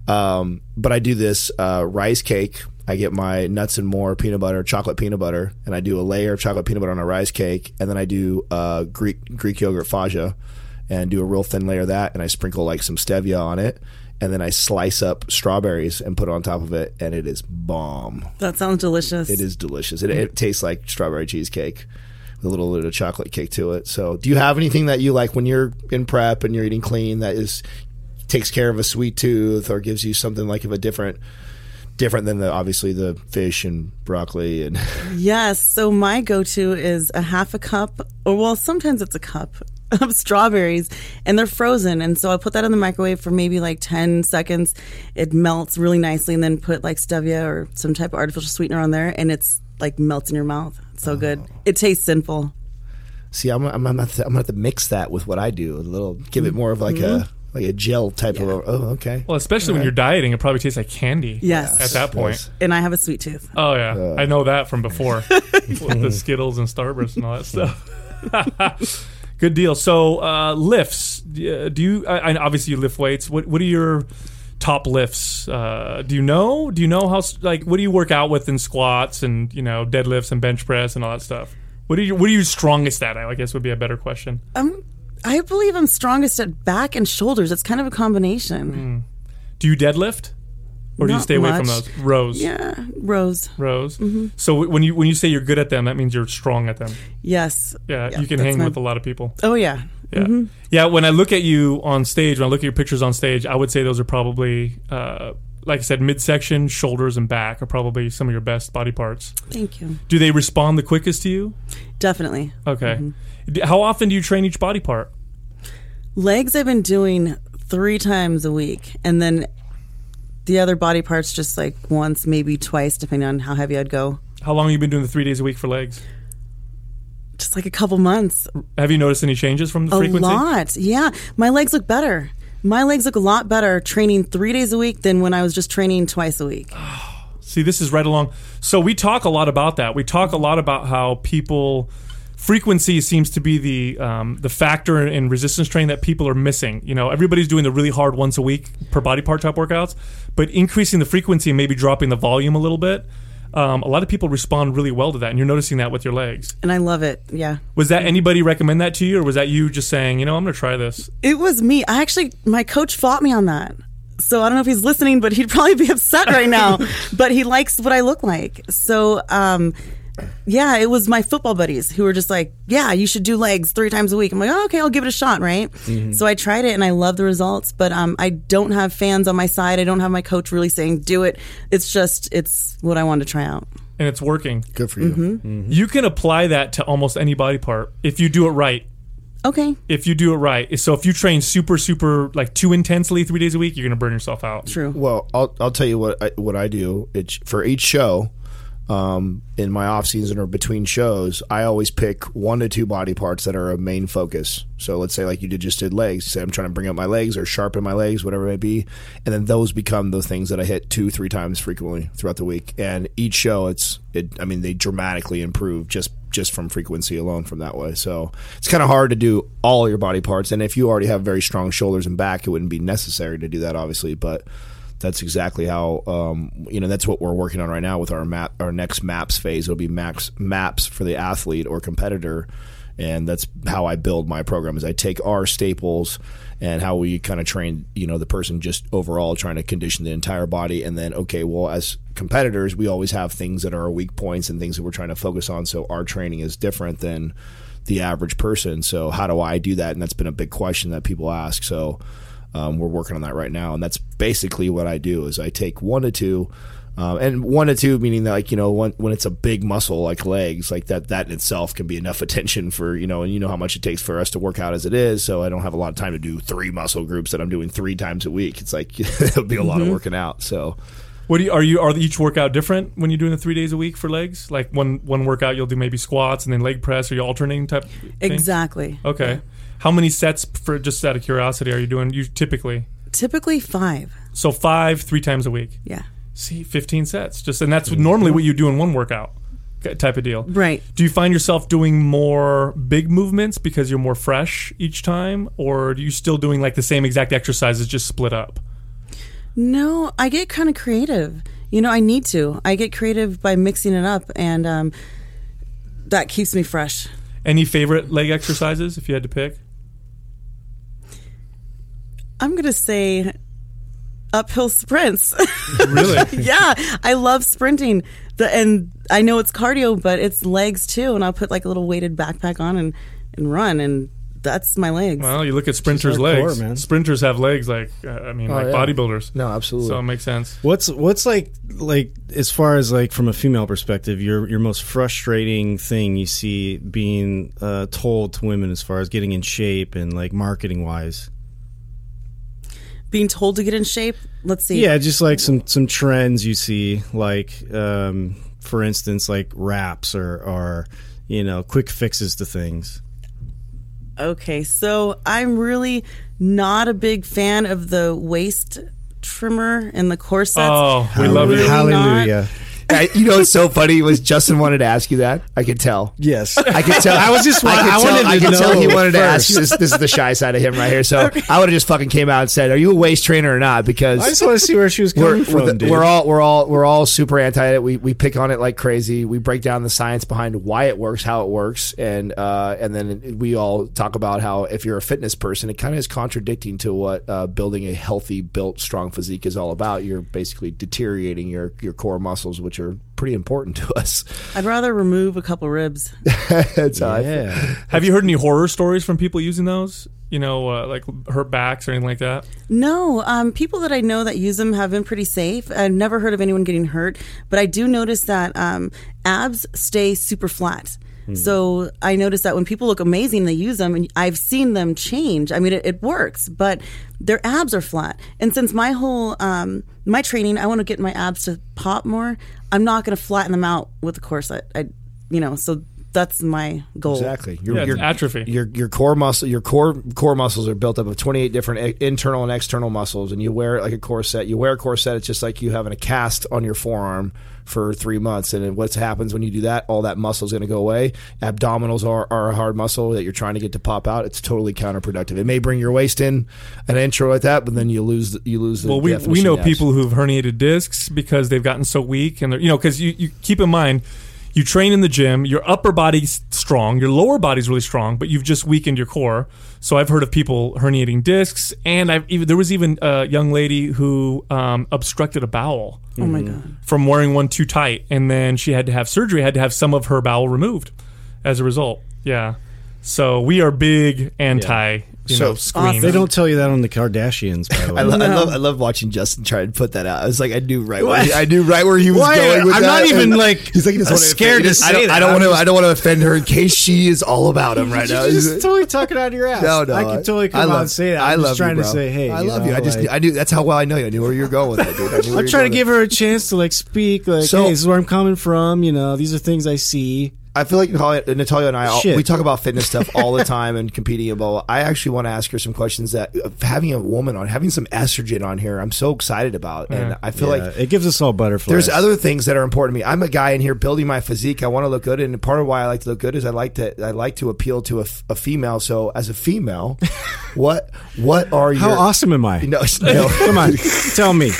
Speaker 2: um, but I do this uh, rice cake. I get my nuts and more peanut butter, chocolate peanut butter, and I do a layer of chocolate peanut butter on a rice cake, and then I do uh, Greek Greek yogurt faja, and do a real thin layer of that, and I sprinkle like some stevia on it, and then I slice up strawberries and put it on top of it, and it is bomb.
Speaker 5: That sounds delicious.
Speaker 2: It is delicious. It,
Speaker 1: Mm.
Speaker 2: it tastes like strawberry cheesecake with a little bit of chocolate cake to it. So, do you have anything that you like when you're in prep and you're eating clean that is takes care of a sweet tooth or gives you something like of a different different than the obviously the fish and broccoli and
Speaker 5: Yes. So my go-to is a half a cup, or well, sometimes it's a cup of strawberries, and they're frozen. And so I put that in the microwave for maybe like ten seconds. It melts really nicely, and then put like stevia or some type of artificial sweetener on there, and it's like melts in your mouth. It's so good.
Speaker 2: Oh.
Speaker 5: It tastes sinful.
Speaker 2: see I'm I'm I'm gonna, have to, I'm gonna have to mix that with what I do a little give it more of like a like a gel type of oh okay
Speaker 1: Mm. Mm-hmm. Well, especially when you're dieting, it probably tastes like candy.
Speaker 5: Yes.
Speaker 1: At that point.
Speaker 5: And I have a sweet tooth.
Speaker 1: Oh yeah, I know that from before with the Skittles and Starburst and all that stuff. Good deal. So uh, lifts. uh, Do you? I, I, obviously, you lift weights. What What are your top lifts? Uh, do you know? Do you know how? s- Like, what do you work out with in squats and you know deadlifts and bench press and all that stuff? What are you? What are you strongest at? I guess would be a better question.
Speaker 5: Um, I believe I'm strongest at back and shoulders. It's kind of a combination.
Speaker 1: Do you deadlift, or do you
Speaker 5: Not
Speaker 1: stay away from
Speaker 5: much.
Speaker 1: those rows?
Speaker 5: Yeah, Mm-hmm. rows.
Speaker 1: Rows. So w- when you when you say you're good at them, that means you're strong at them.
Speaker 5: Yes.
Speaker 1: Yeah, you can
Speaker 5: that's
Speaker 1: hang
Speaker 5: my-
Speaker 1: with a lot of people.
Speaker 5: Oh yeah.
Speaker 1: Yeah. Yeah. When I look at you on stage, when I look at your pictures on stage, I would say those are probably, uh, like I said, midsection, shoulders, and back are probably some of your best body parts.
Speaker 5: Thank you.
Speaker 1: Do they respond the quickest to you?
Speaker 5: Definitely.
Speaker 1: Okay.
Speaker 5: Mm-hmm.
Speaker 1: D How often do you train each body part?
Speaker 5: Legs I've been doing three times a week, and then the other body parts just like once, maybe twice, depending on how heavy I'd go.
Speaker 1: How long have you been doing the three days a week for legs?
Speaker 5: Just like a couple months.
Speaker 1: Have you noticed any changes from the
Speaker 5: A
Speaker 1: frequency?
Speaker 5: lot. Yeah. My legs look better. My legs look a lot better training three days a week than when I was just training twice a week.
Speaker 1: See, this is right along. So we talk a lot about that. We talk a lot about how people frequency seems to be the um, the factor in resistance training that people are missing. You know, everybody's doing the really hard once a week per body part type workouts, but increasing the frequency and maybe dropping the volume a little bit. Um, a lot of people respond really well to that, and you're noticing that with your legs.
Speaker 5: And I love it. Yeah.
Speaker 1: Was that anybody recommend that to you, or was that you just saying, you know, I'm going to try this?
Speaker 5: It was me. I actually, my coach fought me on that. So I don't know if he's listening, but he'd probably be upset right now. but he likes what I look like. So, um, yeah, it was my football buddies who were just like, yeah, you should do legs three times a week. I'm like, oh, okay, I'll give it a shot, right? So I tried it and I love the results, but um, I don't have fans on my side. I don't have my coach really saying, do it. It's just, it's what I wanted to try out.
Speaker 1: And it's working.
Speaker 2: good for you
Speaker 1: Mm-hmm. You can apply that to almost any body part if you do it right.
Speaker 5: Okay,
Speaker 1: if you do it right. So if you train super, super like too intensely three days a week, you're gonna burn yourself out.
Speaker 5: true.
Speaker 2: Well, I'll, I'll tell you what I, what I do. It's for each show, um, in my off season or between shows, I always pick one to two body parts that are a main focus. So let's say like you did just did legs. Say I'm trying to bring up my legs or sharpen my legs, whatever it may be, and then those become the things that I hit two three times frequently throughout the week. And each show, it's it. I mean, they dramatically improve just just from frequency alone from that way. So it's kind of hard to do all your body parts. And if you already have very strong shoulders and back, it wouldn't be necessary to do that, obviously. But that's exactly how um, you know that's what we're working on right now with our map our next maps phase it'll be max maps for the athlete or competitor and that's how I build my program is I take our staples and how we kind of train you know the person just overall trying to condition the entire body and then okay well as competitors we always have things that are our weak points and things that we're trying to focus on so our training is different than the average person so how do I do that and that's been a big question that people ask so um, we're working on that right now and that's basically what I do is I take one to two um, and one to two meaning that like you know when, when it's a big muscle like legs like that that in itself can be enough attention for you know and you know how much it takes for us to work out as it is so I don't have a lot of time to do three muscle groups that I'm doing three times a week it's like it would be a lot of working out so
Speaker 1: What do you, are you? Are each workout different when you're doing the three days a week for legs? Like one one workout you'll do maybe squats and then leg press. Are you alternating type? thing?
Speaker 5: Exactly.
Speaker 1: Okay. How many sets for just out of curiosity are you doing? You typically
Speaker 5: Typically five.
Speaker 1: so five three times a week.
Speaker 5: Yeah.
Speaker 1: See, fifteen sets. Just and that's normally what you do in one workout k- type of deal.
Speaker 5: Right.
Speaker 1: Do you find yourself doing more big movements because you're more fresh each time, or are you still doing like the same exact exercises just split up?
Speaker 5: No, I get kind of creative. You know, I need to. I get creative by mixing it up, and um, that keeps me fresh.
Speaker 1: Any favorite leg exercises if you had to pick?
Speaker 5: I'm gonna say uphill sprints.
Speaker 1: Really?
Speaker 5: yeah, I love sprinting. The and I know it's cardio, but it's legs too. And I'll put like a little weighted backpack on and and run, and that's my legs.
Speaker 1: Well, you look at sprinters'
Speaker 3: hardcore,
Speaker 1: legs.
Speaker 3: man.
Speaker 1: Sprinters have legs like uh, I mean, like
Speaker 2: Oh, yeah.
Speaker 1: bodybuilders.
Speaker 2: no absolutely
Speaker 1: so it makes sense.
Speaker 3: What's what's like like as far as like from a female perspective, your your most frustrating thing you see being uh, told to women as far as getting in shape and like marketing wise.
Speaker 5: Being told to get in shape. Let's see.
Speaker 3: Yeah, just like some some trends you see, like um, for instance, like wraps or or you know quick fixes to things.
Speaker 5: Okay, so I'm really not a big fan of the waist trimmer and the corsets.
Speaker 1: Oh, we love
Speaker 5: Really
Speaker 1: you.
Speaker 5: not.
Speaker 3: Hallelujah!
Speaker 2: I, you know what's so funny was Justin wanted to ask you that. I could tell.
Speaker 3: Yes,
Speaker 2: I could tell. I was just. I could
Speaker 3: I
Speaker 2: tell.
Speaker 3: wanted
Speaker 2: I
Speaker 3: to
Speaker 2: could tell
Speaker 3: know
Speaker 2: he wanted to ask.
Speaker 3: first.
Speaker 2: This, this is the shy side of him right here. So I would have just fucking came out and said, "Are you a waist trainer or not?" Because
Speaker 3: I just want to see where she was coming
Speaker 2: we're,
Speaker 3: from,
Speaker 2: we're,
Speaker 3: dude.
Speaker 2: we're all we're all we're all super anti it. We we pick on it like crazy. We break down the science behind why it works, how it works, and uh, and then we all talk about how if you're a fitness person, it kind of is contradicting to what uh, building a healthy, built, strong physique is all about. You're basically deteriorating your your core muscles, which are pretty important to us.
Speaker 5: I'd rather remove a couple ribs.
Speaker 2: That's how I feel.
Speaker 3: yeah.
Speaker 1: Have you heard any horror stories from people using those? You know, uh, like hurt backs or anything like that?
Speaker 5: No, um, people that I know that use them have been pretty safe. I've never heard of anyone getting hurt, but I do notice that um, abs stay super flat. So I notice that when people look amazing, they use them, and I've seen them change. I mean, it, it works, but their abs are flat. And since my whole um, my training, I want to get my abs to pop more. I'm not going to flatten them out with a corset. I, you know, so that's my goal.
Speaker 2: Exactly. Your,
Speaker 1: Yeah, it's
Speaker 2: your-
Speaker 1: atrophy.
Speaker 2: Your your core muscle, your core core muscles are built up of 28 different e- internal and external muscles, and you wear it like a corset. You wear a corset; it's just like you having a cast on your forearm for three months. And then what happens when you do that? All that muscle is going to go away. Abdominals are, are a hard muscle that you're trying to get to pop out. It's totally counterproductive. It may bring your waist in an intro like that, but then you lose the, you lose. The
Speaker 1: Well, we, we
Speaker 2: definition
Speaker 1: know
Speaker 2: of the abs.
Speaker 1: people who've herniated discs because they've gotten so weak, and they're, you know, because you, you keep in mind, you train in the gym, your upper body's strong, your lower body's really strong, but you've just weakened your core. So I've heard of people herniating discs, and I've even there was even a young lady who um, obstructed a bowel
Speaker 5: Oh my god.
Speaker 1: from wearing one too tight, and then she had to have surgery, had to have some of her bowel removed as a result. Yeah, so we are big anti. You
Speaker 2: So-
Speaker 1: know, screen.
Speaker 3: They don't tell you that on the Kardashians, by the way.
Speaker 2: I, lo- I love I love watching Justin try and put that out. I was like, I knew right. Where he, I knew right where he was
Speaker 3: Why?
Speaker 2: going. With
Speaker 3: I'm
Speaker 2: that.
Speaker 3: not even,
Speaker 2: And
Speaker 3: like,
Speaker 2: he's like, he doesn't wanna
Speaker 3: uh,
Speaker 2: offend-
Speaker 3: scared
Speaker 2: he
Speaker 3: to
Speaker 2: doesn't- I
Speaker 3: say
Speaker 2: don't,
Speaker 3: that.
Speaker 2: I don't
Speaker 3: I'm
Speaker 2: want to.
Speaker 3: just-
Speaker 2: I don't want to offend her in case she is all about him right now.
Speaker 3: You're just totally talking out of your ass.
Speaker 2: No, no,
Speaker 3: I can totally come
Speaker 2: I love,
Speaker 3: out and say that. I'm
Speaker 2: I
Speaker 3: just
Speaker 2: love
Speaker 3: trying
Speaker 2: you,
Speaker 3: to
Speaker 2: bro.
Speaker 3: say, hey,
Speaker 2: I
Speaker 3: you
Speaker 2: love
Speaker 3: know,
Speaker 2: you. I just,
Speaker 3: like-
Speaker 2: I knew that's how well I know you. I knew where you were going with that, dude. I knew where
Speaker 3: I'm
Speaker 2: you were
Speaker 3: trying to
Speaker 2: going
Speaker 3: give her a chance to like speak. Like,
Speaker 2: So-
Speaker 3: hey, this is where I'm coming from. You know, these are things I see.
Speaker 2: I feel like Natalia, Natalia and I all,
Speaker 3: Shit.
Speaker 2: we talk about fitness stuff all the time and competing and blah, blah. I actually want to ask her some questions that of having a woman on, having some estrogen on here, I'm so excited about, and I feel like
Speaker 3: Uh, it gives us all butterflies.
Speaker 2: There's other things that are important to me. I'm a guy in here building my physique. I want to look good, and part of why I like to look good is I like to I like to appeal to a, f- a female. So as a female, what what are
Speaker 3: How
Speaker 2: your
Speaker 3: awesome am I?
Speaker 2: No, no.
Speaker 3: Come on, tell me.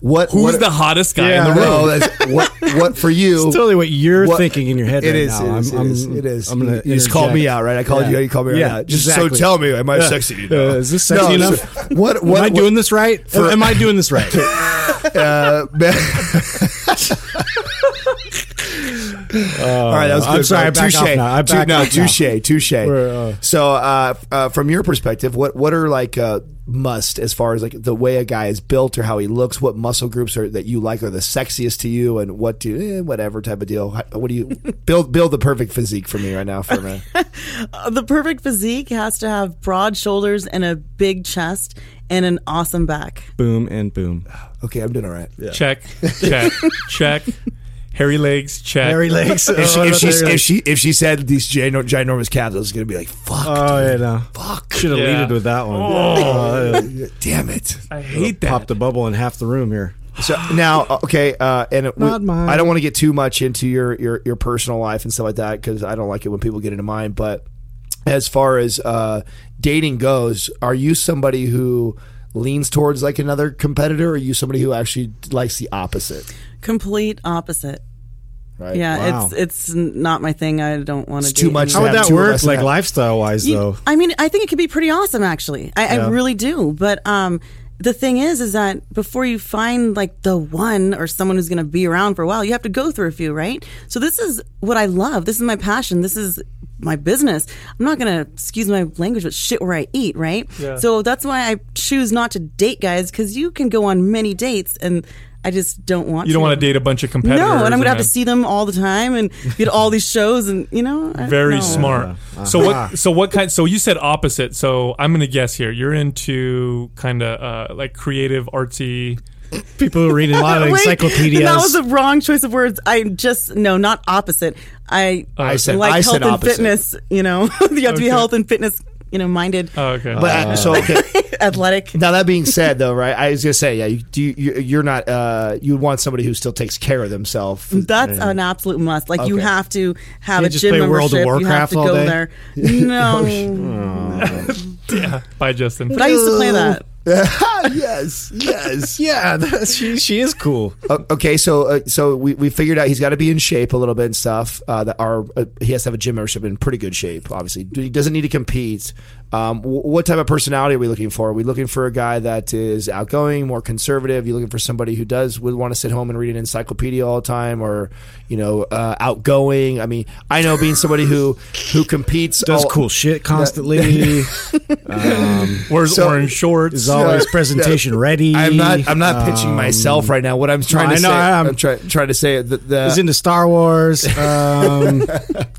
Speaker 6: What
Speaker 1: Who's
Speaker 6: what,
Speaker 1: the hottest guy in
Speaker 3: Yeah.
Speaker 1: the room?
Speaker 6: No, that's, what what for you?
Speaker 3: It's totally what you're thinking in your head
Speaker 6: It
Speaker 3: right
Speaker 6: is.
Speaker 3: now.
Speaker 6: It is.
Speaker 3: I'm-
Speaker 6: it is,
Speaker 3: I'm-
Speaker 6: it is.
Speaker 3: I'm gonna
Speaker 6: you just called me
Speaker 3: interject.
Speaker 6: out, right? I called you.
Speaker 3: Yeah.
Speaker 6: out, You called me right.
Speaker 3: Yeah,
Speaker 6: out. Just
Speaker 3: exactly.
Speaker 6: so tell me, am I sexy? to you now?
Speaker 3: Uh, is this sexy
Speaker 6: No,
Speaker 3: enough?
Speaker 6: so What? What?
Speaker 3: Am I
Speaker 6: what-
Speaker 3: doing this right? Am I doing this right?
Speaker 6: Uh, man. All right, that was
Speaker 3: I'm
Speaker 6: good.
Speaker 3: sorry, I back
Speaker 6: touche.
Speaker 3: off now. I
Speaker 6: Tu-
Speaker 3: back
Speaker 6: no,
Speaker 3: off now.
Speaker 6: touche, touche.
Speaker 3: We're, uh,
Speaker 6: so, uh, uh, from your perspective, what what are like uh, must as far as like the way a guy is built or how he looks? What muscle groups are that you like are the sexiest to you, and what do eh, whatever type of deal? How- What do you build build the perfect physique for me right now for me?
Speaker 5: the perfect physique has to have broad shoulders and a big chest and an awesome back.
Speaker 3: boom and boom.
Speaker 6: Okay, I'm doing all right. Yeah.
Speaker 1: Check, check, check. Hairy legs, check.
Speaker 3: legs.
Speaker 6: If she, if, she, if she if she said these gino- ginormous calves, I was gonna be like, fuck,
Speaker 3: oh yeah, no.
Speaker 6: fuck,
Speaker 3: Should have
Speaker 1: Yeah.
Speaker 3: leaded with that
Speaker 6: Oh.
Speaker 3: one. Oh,
Speaker 6: damn it.
Speaker 1: I hate that.
Speaker 3: Popped a bubble in half the room here.
Speaker 6: So now, okay, uh, and it,
Speaker 3: Not mine.
Speaker 6: I don't want to get too much into your, your your personal life and stuff like that because I don't like it when people get into mine. But as far as uh, dating goes, are you somebody who leans towards like another competitor, or are you somebody who actually likes the opposite?
Speaker 5: Complete opposite.
Speaker 6: Right?
Speaker 5: Yeah,
Speaker 3: Wow.
Speaker 5: it's it's not my thing. I don't want to.
Speaker 6: It's too much
Speaker 3: How would
Speaker 6: have
Speaker 3: that
Speaker 6: two of
Speaker 3: work,
Speaker 6: us
Speaker 3: like
Speaker 6: now.
Speaker 3: lifestyle wise,
Speaker 5: You-
Speaker 3: though?
Speaker 5: I mean, I think it could be pretty awesome, actually. I, I
Speaker 3: Yeah.
Speaker 5: really do. But um, the thing is, is that before you find like the one or someone who's going to be around for a while, you have to go through a few, right? So this is what I love. This is my passion. This is my business. I'm not going to excuse my language, but shit where I eat, right? So that's why I choose not to date guys because you can go on many dates and. I just don't want.
Speaker 1: You don't want to date a bunch of competitors.
Speaker 5: No, and I'm gonna have to
Speaker 1: then-
Speaker 5: see them all the time and get all these shows and you know. I-
Speaker 1: Very
Speaker 5: no.
Speaker 1: smart. So what? So what kind? So you said opposite. So I'm gonna guess here. You're into kind of uh, like creative, artsy.
Speaker 3: People who read a lot of
Speaker 5: Wait,
Speaker 3: encyclopedias.
Speaker 5: That was the wrong choice of words. I just no, not opposite. I
Speaker 1: I
Speaker 6: said-
Speaker 5: like
Speaker 6: I
Speaker 5: health
Speaker 6: said
Speaker 5: and
Speaker 6: opposite.
Speaker 5: fitness. You know, you have to be
Speaker 1: Okay.
Speaker 5: health and fitness. You know, minded,
Speaker 1: Oh, okay.
Speaker 6: But uh, so okay.
Speaker 5: athletic.
Speaker 6: Now that being said, though, right? I was gonna say, yeah, you, do you, you- you're not. Uh, you want somebody who still takes care of themselves.
Speaker 5: That's an absolute must. Like you
Speaker 6: Okay.
Speaker 5: have to have
Speaker 3: Can't
Speaker 5: a
Speaker 3: just
Speaker 5: gym
Speaker 3: play World of
Speaker 5: membership. you
Speaker 3: Warcraft
Speaker 5: have to
Speaker 3: all
Speaker 5: go
Speaker 3: day?
Speaker 5: there. No,
Speaker 1: Bye, Justin.
Speaker 5: but I used to play that.
Speaker 6: yes, yes.
Speaker 3: yeah, that's, she she is cool.
Speaker 6: O- okay, so uh, so we, we figured out he's got to be in shape a little bit and stuff. Uh, that our uh, he has to have a gym membership in pretty good shape. Obviously, he doesn't need to compete. Um, wh- what type of personality are we looking for? Are we looking for a guy that is outgoing, more conservative? You looking for somebody who does would want to sit home and read an encyclopedia all the time, or you know, uh, outgoing? I mean, I know being somebody who who competes
Speaker 3: Does
Speaker 6: all-
Speaker 3: cool shit constantly. um,
Speaker 1: Wears
Speaker 6: so-
Speaker 1: orange shorts.
Speaker 3: is always presentation ready. Um,
Speaker 6: I'm not. I'm not pitching myself right now. What I'm trying
Speaker 3: I
Speaker 6: to
Speaker 3: know,
Speaker 6: say,
Speaker 3: I'm-
Speaker 6: I'm, try, trying to say that the,
Speaker 3: Is into Star Wars. Um,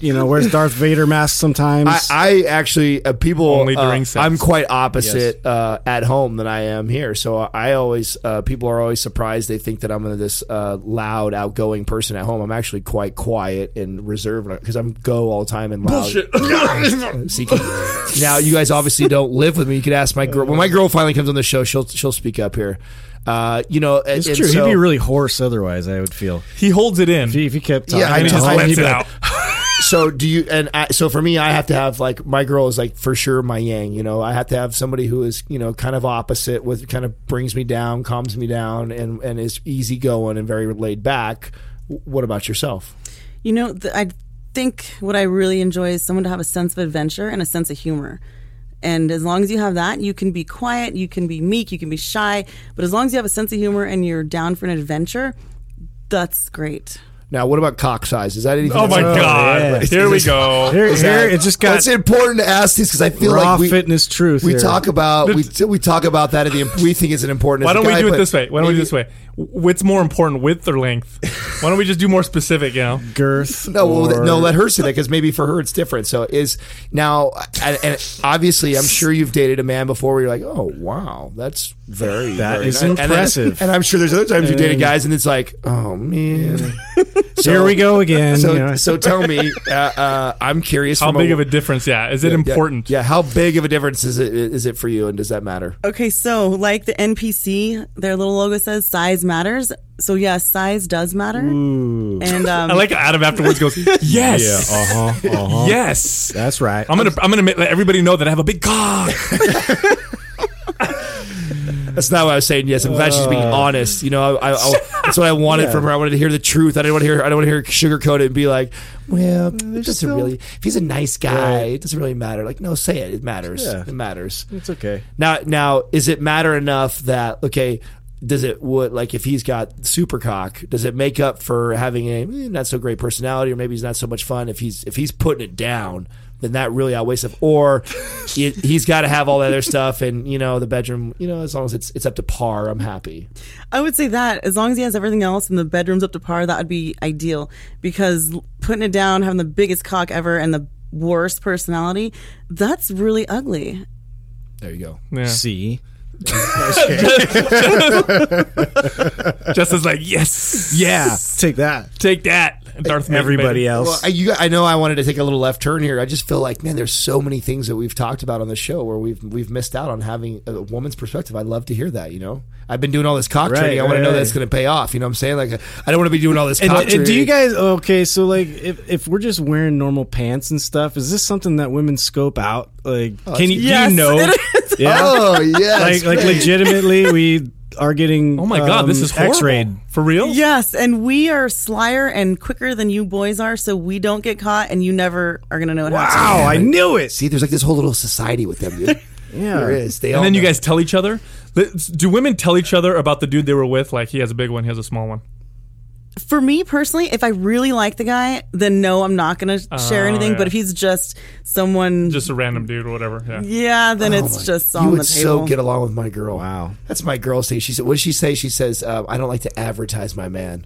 Speaker 3: you know, wears Darth Vader mask sometimes.
Speaker 6: I, I actually uh, people.
Speaker 1: Only
Speaker 6: uh,
Speaker 1: during sex.
Speaker 6: I'm quite opposite uh, at home than I am here. So I always uh, people are always surprised. They think that I'm this uh, loud, outgoing person at home. I'm actually quite quiet and reserved because I'm go all the time and loud. See, can- now you guys obviously don't live with me. You could ask my girl. When my girl finally comes on the show, she'll she'll speak up here. Uh, you know,
Speaker 3: it's true.
Speaker 6: So,
Speaker 3: He'd be really hoarse otherwise. I would feel
Speaker 1: he holds it in.
Speaker 3: if he, if he kept talking.
Speaker 6: Yeah, I
Speaker 1: and he
Speaker 6: know.
Speaker 1: just
Speaker 6: I-
Speaker 1: lets
Speaker 6: he-
Speaker 1: it out.
Speaker 6: so do you and I, so for me i have to have like my girl is like for sure my yang you know i have to have somebody who is you know kind of opposite with kind of brings me down calms me down and and is easygoing and very laid back W- what about yourself
Speaker 5: You know, th- I think what I really enjoy is someone to have a sense of adventure and a sense of humor. And as long as you have that, you can be quiet, you can be meek, you can be shy. But as long as you have a sense of humor and you're down for an adventure, that's great.
Speaker 6: now what about cock size is that anything
Speaker 1: Oh my
Speaker 6: that's-
Speaker 1: god!
Speaker 3: yeah.
Speaker 1: Here we go.
Speaker 3: Here,
Speaker 6: Is that-
Speaker 3: here, it just
Speaker 6: Well,
Speaker 3: got
Speaker 6: it's important to ask these because i feel
Speaker 3: raw
Speaker 6: like we,
Speaker 3: fitness truth.
Speaker 6: we
Speaker 3: here.
Speaker 6: talk about we, we talk about that at the we think it's an important
Speaker 1: Why
Speaker 6: as a
Speaker 1: don't we
Speaker 6: guy,
Speaker 1: do it
Speaker 6: but
Speaker 1: this way? Why don't we do
Speaker 6: maybe-
Speaker 1: it this way? W- What's more important, width or length? Why don't we just do more specific? You know,
Speaker 3: girth.
Speaker 6: No, well, th-
Speaker 3: or-
Speaker 6: no, let her say that because maybe for her it's different. So is now, and, and obviously, I'm sure you've dated a man before where you're like, oh wow, that's very
Speaker 3: That
Speaker 6: very
Speaker 3: is
Speaker 6: nice." And then-
Speaker 3: impressive.
Speaker 6: And, I'm sure there's other times you dated
Speaker 3: And-
Speaker 6: guys and it's like, oh man. so,
Speaker 3: Here we go again.
Speaker 6: So,
Speaker 3: you know.
Speaker 6: so tell me, uh, uh, I'm curious.
Speaker 1: how
Speaker 6: from
Speaker 1: big of a difference? Yeah, is it
Speaker 6: yeah,
Speaker 1: important?
Speaker 6: Yeah, how big of a difference is it is it for you, and does that matter?
Speaker 5: Okay, so like the NPC, their little logo says size matters. So, yeah, size does matter. And um,
Speaker 1: I like how Adam afterwards goes, yes,
Speaker 3: uh
Speaker 1: uh-huh,
Speaker 3: huh. Uh huh.
Speaker 1: oh, yes.
Speaker 3: That's right.
Speaker 1: I'm gonna I'm gonna make, let everybody know that I have a big cock.
Speaker 6: That's not what I was saying. Yes, I'm glad she's being honest. You know, I, I, I, that's what I wanted from her. I wanted to hear the truth. I didn't want to hear. I don't want to hear sugarcoat it and be like, "Well, it doesn't
Speaker 3: still-
Speaker 6: really. If he's a nice guy, it doesn't really matter." Like, no, say it. It matters.
Speaker 3: Yeah.
Speaker 6: It matters.
Speaker 3: It's okay.
Speaker 6: Now, now, is it matter enough that okay? Does it what like if he's got super cock? Does it make up for having a eh, not so great personality, or maybe he's not so much fun? If he's if he's putting it down, then that really outweighs it. Or it, he's got to have all the other stuff, and you know the bedroom. You know as long as it's it's up to par, I'm happy.
Speaker 5: I would say that as long as he has everything else and the bedroom's up to par, that would be ideal. Because putting it down, having the biggest cock ever and the worst personality, that's really ugly.
Speaker 6: There you go.
Speaker 3: See,
Speaker 1: Justin's like, yes,
Speaker 3: yeah, take that.
Speaker 1: take that. And Darth Maul,
Speaker 3: Everybody
Speaker 1: baby.
Speaker 3: else.
Speaker 6: Well, I, you, I know I wanted to take a little left turn here. I just feel like, man, there's so many things that we've talked about on the show where we've we've missed out on having a woman's perspective. I'd love to hear that. You know, I've been doing all this cock
Speaker 3: Right,
Speaker 6: training. I want to
Speaker 3: right,
Speaker 6: know
Speaker 3: right.
Speaker 6: that's going to pay off. You know, what I'm saying like I don't want to be doing all this
Speaker 3: And,
Speaker 6: cock
Speaker 3: and
Speaker 6: training.
Speaker 3: do you guys okay? So like, if, if we're just wearing normal pants and stuff, is this something that women scope out? Like, can you, do
Speaker 1: yes,
Speaker 3: you know? Yeah,
Speaker 6: Oh yes,
Speaker 3: like like legitimately, we are getting.
Speaker 1: Oh my god, this
Speaker 3: um,
Speaker 1: is horrible.
Speaker 3: X-rayed.
Speaker 1: for real.
Speaker 5: Yes, and we are slyer and quicker than you boys are, so we don't get caught and you never are going to know what happened.
Speaker 3: Wow, I knew it.
Speaker 6: See, there's like this whole little society with them. Dude.
Speaker 3: Yeah.
Speaker 6: there is. They all
Speaker 1: And then you
Speaker 6: know.
Speaker 1: guys tell each other. Let's- Do women tell each other about the dude they were with? Like he has a big one, he has a small one.
Speaker 5: For me personally, if I really like the guy, then no, I'm not going to share
Speaker 1: Oh,
Speaker 5: anything.
Speaker 1: yeah.
Speaker 5: But if he's just someone,
Speaker 1: Just a random dude or whatever. Yeah.
Speaker 5: yeah, then
Speaker 6: Oh
Speaker 5: it's
Speaker 6: my-
Speaker 5: just
Speaker 6: you
Speaker 5: on
Speaker 6: would
Speaker 5: the table.
Speaker 6: so get along with my girl.
Speaker 3: Wow.
Speaker 6: that's my girl. Say she said. What did she say? She says, um, "I don't like to advertise my man."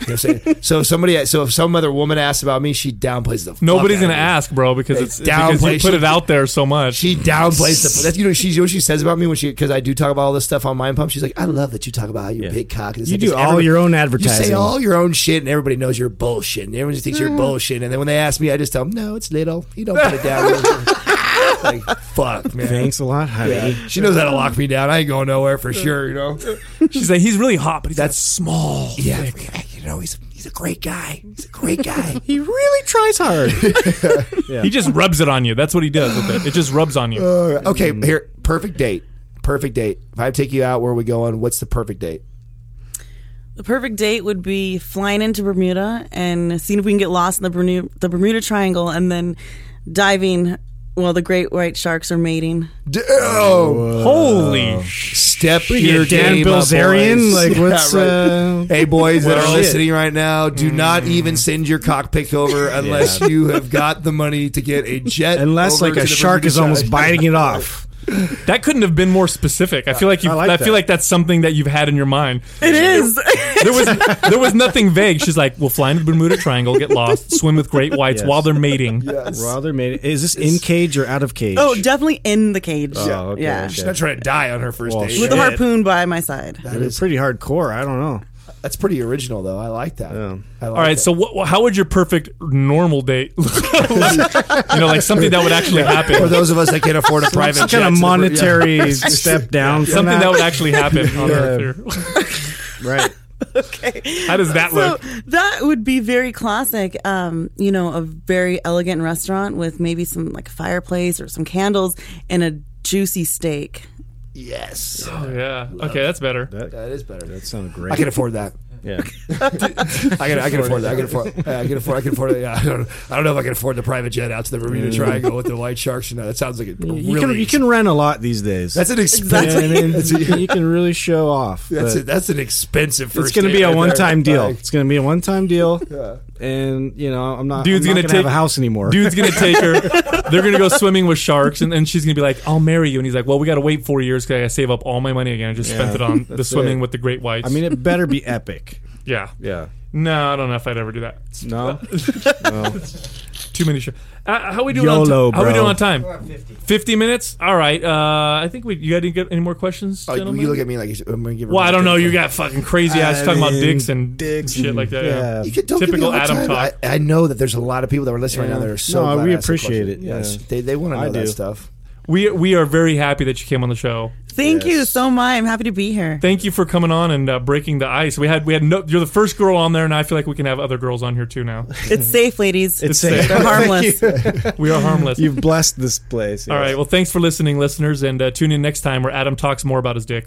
Speaker 6: You know what I'm saying? so if somebody, so if some other woman asks about me, she downplays the. fuck
Speaker 1: Nobody's
Speaker 6: out
Speaker 1: gonna
Speaker 6: of me.
Speaker 1: ask, bro, because
Speaker 6: They
Speaker 1: it's, it's because you
Speaker 6: downplay-
Speaker 1: put
Speaker 6: she-
Speaker 1: it out there so much.
Speaker 6: She downplays the. That's you know she you know what she says about me when she because I do talk about all this stuff on Mind Pump. She's like, I love that you talk about your big cock. And
Speaker 3: You
Speaker 6: like,
Speaker 3: do all your own
Speaker 6: You say
Speaker 3: advertising.
Speaker 6: all your own shit, and everybody knows you're bullshit. And everyone just thinks you're bullshit. And then when they ask me, I just tell them, No, it's little. You don't put it down. like fuck, man.
Speaker 3: Thanks a lot, honey.
Speaker 6: Yeah. She knows how to lock me down. I ain't going nowhere for sure. You know.
Speaker 1: She's like, he's really hot, but he's that's small.
Speaker 6: Yeah, you know he's he's a great guy. He's a great guy.
Speaker 3: He really tries hard.
Speaker 1: He just rubs it on you. That's what he does with it. It just rubs on you.
Speaker 6: All right. Okay, here, perfect date. Perfect date. If I take you out, where are we going? What's the perfect date?
Speaker 5: The perfect date would be flying into Bermuda and seeing if we can get lost in the Bermuda, the Bermuda Triangle and then diving while the great white sharks are mating.
Speaker 6: Damn!
Speaker 1: Holy sh!
Speaker 6: Step
Speaker 3: Your
Speaker 6: your
Speaker 3: Dan
Speaker 6: game up,
Speaker 3: Bilzerian,
Speaker 6: boys.
Speaker 3: like
Speaker 6: Yeah,
Speaker 3: what's
Speaker 6: right.
Speaker 3: uh,
Speaker 6: Hey boys that
Speaker 3: Well, Mm.
Speaker 6: are
Speaker 3: shit.
Speaker 6: listening right now, do not even send your cockpick over unless you have got the money to get a jet.
Speaker 3: unless
Speaker 6: over
Speaker 3: like
Speaker 6: to
Speaker 3: a
Speaker 6: the
Speaker 3: shark
Speaker 6: Bermuda
Speaker 3: is almost
Speaker 6: side.
Speaker 3: biting it off.
Speaker 1: That couldn't have been more specific. I feel like you.
Speaker 3: I
Speaker 1: I,
Speaker 3: like that.
Speaker 1: feel like that's something that you've had in your mind.
Speaker 5: It is.
Speaker 1: There was there was nothing vague. She's like, we'll fly into the Bermuda Triangle, get lost, swim with great whites
Speaker 3: Yes.
Speaker 1: while they're mating.
Speaker 3: Rather made it. Is this in cage or out of cage?
Speaker 5: oh, definitely in the cage.
Speaker 3: Oh, okay,
Speaker 5: yeah.
Speaker 3: okay.
Speaker 6: She's not trying to die on her first
Speaker 3: Well,
Speaker 6: date.
Speaker 5: With a harpoon by my side.
Speaker 3: They're pretty hardcore. I don't know.
Speaker 6: That's pretty original though. I like that. I like
Speaker 1: All right,
Speaker 6: that.
Speaker 1: so what, how would your perfect normal date look? you know, like something that would actually
Speaker 6: for
Speaker 1: happen.
Speaker 6: those of us that can't afford a private
Speaker 3: Some
Speaker 6: jet
Speaker 3: kind of
Speaker 6: to the-
Speaker 3: monetary step down. from
Speaker 1: Something that would actually happen on
Speaker 3: Yeah.
Speaker 1: Earth.
Speaker 3: right.
Speaker 1: Here. How does that
Speaker 5: So
Speaker 1: look?
Speaker 5: that would be very classic. Um, you know, a very elegant restaurant with maybe some like fireplace or some candles and a juicy steak.
Speaker 6: Yes,
Speaker 1: Oh, yeah. Okay, that's better.
Speaker 6: that is better.
Speaker 3: That sounded
Speaker 6: I
Speaker 3: great.
Speaker 6: can afford that.
Speaker 3: Yeah.
Speaker 6: I can, I can afford that. I can afford. I can afford. I can afford. it. Yeah, I don't. I don't know if I can afford the private jet out to the Bermuda Triangle with the white sharks. You know, that sounds like it. Really,
Speaker 3: You can you can rent a lot these days.
Speaker 6: That's an
Speaker 3: Yeah,
Speaker 6: expensive.
Speaker 3: I mean, you can really show off.
Speaker 6: That's
Speaker 3: but
Speaker 6: a, that's an expensive. First
Speaker 3: It's going to
Speaker 6: date
Speaker 3: be a
Speaker 6: right there.
Speaker 3: one time deal.
Speaker 6: Like,
Speaker 3: It's going to be a one time deal. And you know, I'm not.
Speaker 1: Dude's
Speaker 3: I'm
Speaker 1: gonna
Speaker 3: not gonna have
Speaker 1: take-
Speaker 3: a house anymore.
Speaker 1: Dude's gonna take her. They're gonna go swimming with sharks, and, and she's gonna be like, "I'll marry you." And he's like, "Well, we gotta wait four years because I gotta save up all my money again. I just spent it on the swimming
Speaker 3: it.
Speaker 1: with the great whites."
Speaker 3: I mean, it better be epic.
Speaker 1: yeah.
Speaker 3: Yeah.
Speaker 1: No, I don't know if I'd ever do that.
Speaker 3: No.
Speaker 1: Too many sharks. Uh, how we doing?
Speaker 3: YOLO,
Speaker 1: on ti- How we
Speaker 3: bro.
Speaker 1: doing on time? Fifty. minutes. All right. Uh, I think we. You got any, got any more questions?
Speaker 6: oh,
Speaker 1: gentlemen?
Speaker 6: you look at me like you should- I'm gonna give. her
Speaker 1: well, I don't
Speaker 6: my
Speaker 1: know.
Speaker 6: dick.
Speaker 1: You got fucking crazy ass
Speaker 3: I
Speaker 1: talking about
Speaker 3: mean,
Speaker 1: dicks and
Speaker 3: dicks
Speaker 1: shit
Speaker 3: and-
Speaker 1: like that. Yeah.
Speaker 6: You can, don't give me
Speaker 1: Typical
Speaker 6: all the
Speaker 1: Adam
Speaker 6: time.
Speaker 1: talk.
Speaker 6: I, I know that there's a lot of people that are listening right now that are so.
Speaker 3: No,
Speaker 6: glad
Speaker 3: we
Speaker 6: I asked that
Speaker 3: appreciate
Speaker 6: question.
Speaker 3: it. Yeah.
Speaker 6: Yes, they they want to
Speaker 3: I
Speaker 6: know that
Speaker 3: do.
Speaker 6: stuff.
Speaker 1: We we are very happy that you came on the show.
Speaker 5: Thank you so much. I'm happy to be here.
Speaker 1: Thank you for coming on and uh, breaking the ice. We had we had no. You're the first girl on there, and I feel like we can have other girls on here too now.
Speaker 5: It's safe, ladies.
Speaker 3: It's safe.
Speaker 5: They're harmless.
Speaker 1: We are harmless.
Speaker 3: You've blessed this place.
Speaker 1: All right. Well, thanks for listening, listeners, and uh, tune in next time where Adam talks more about his dick.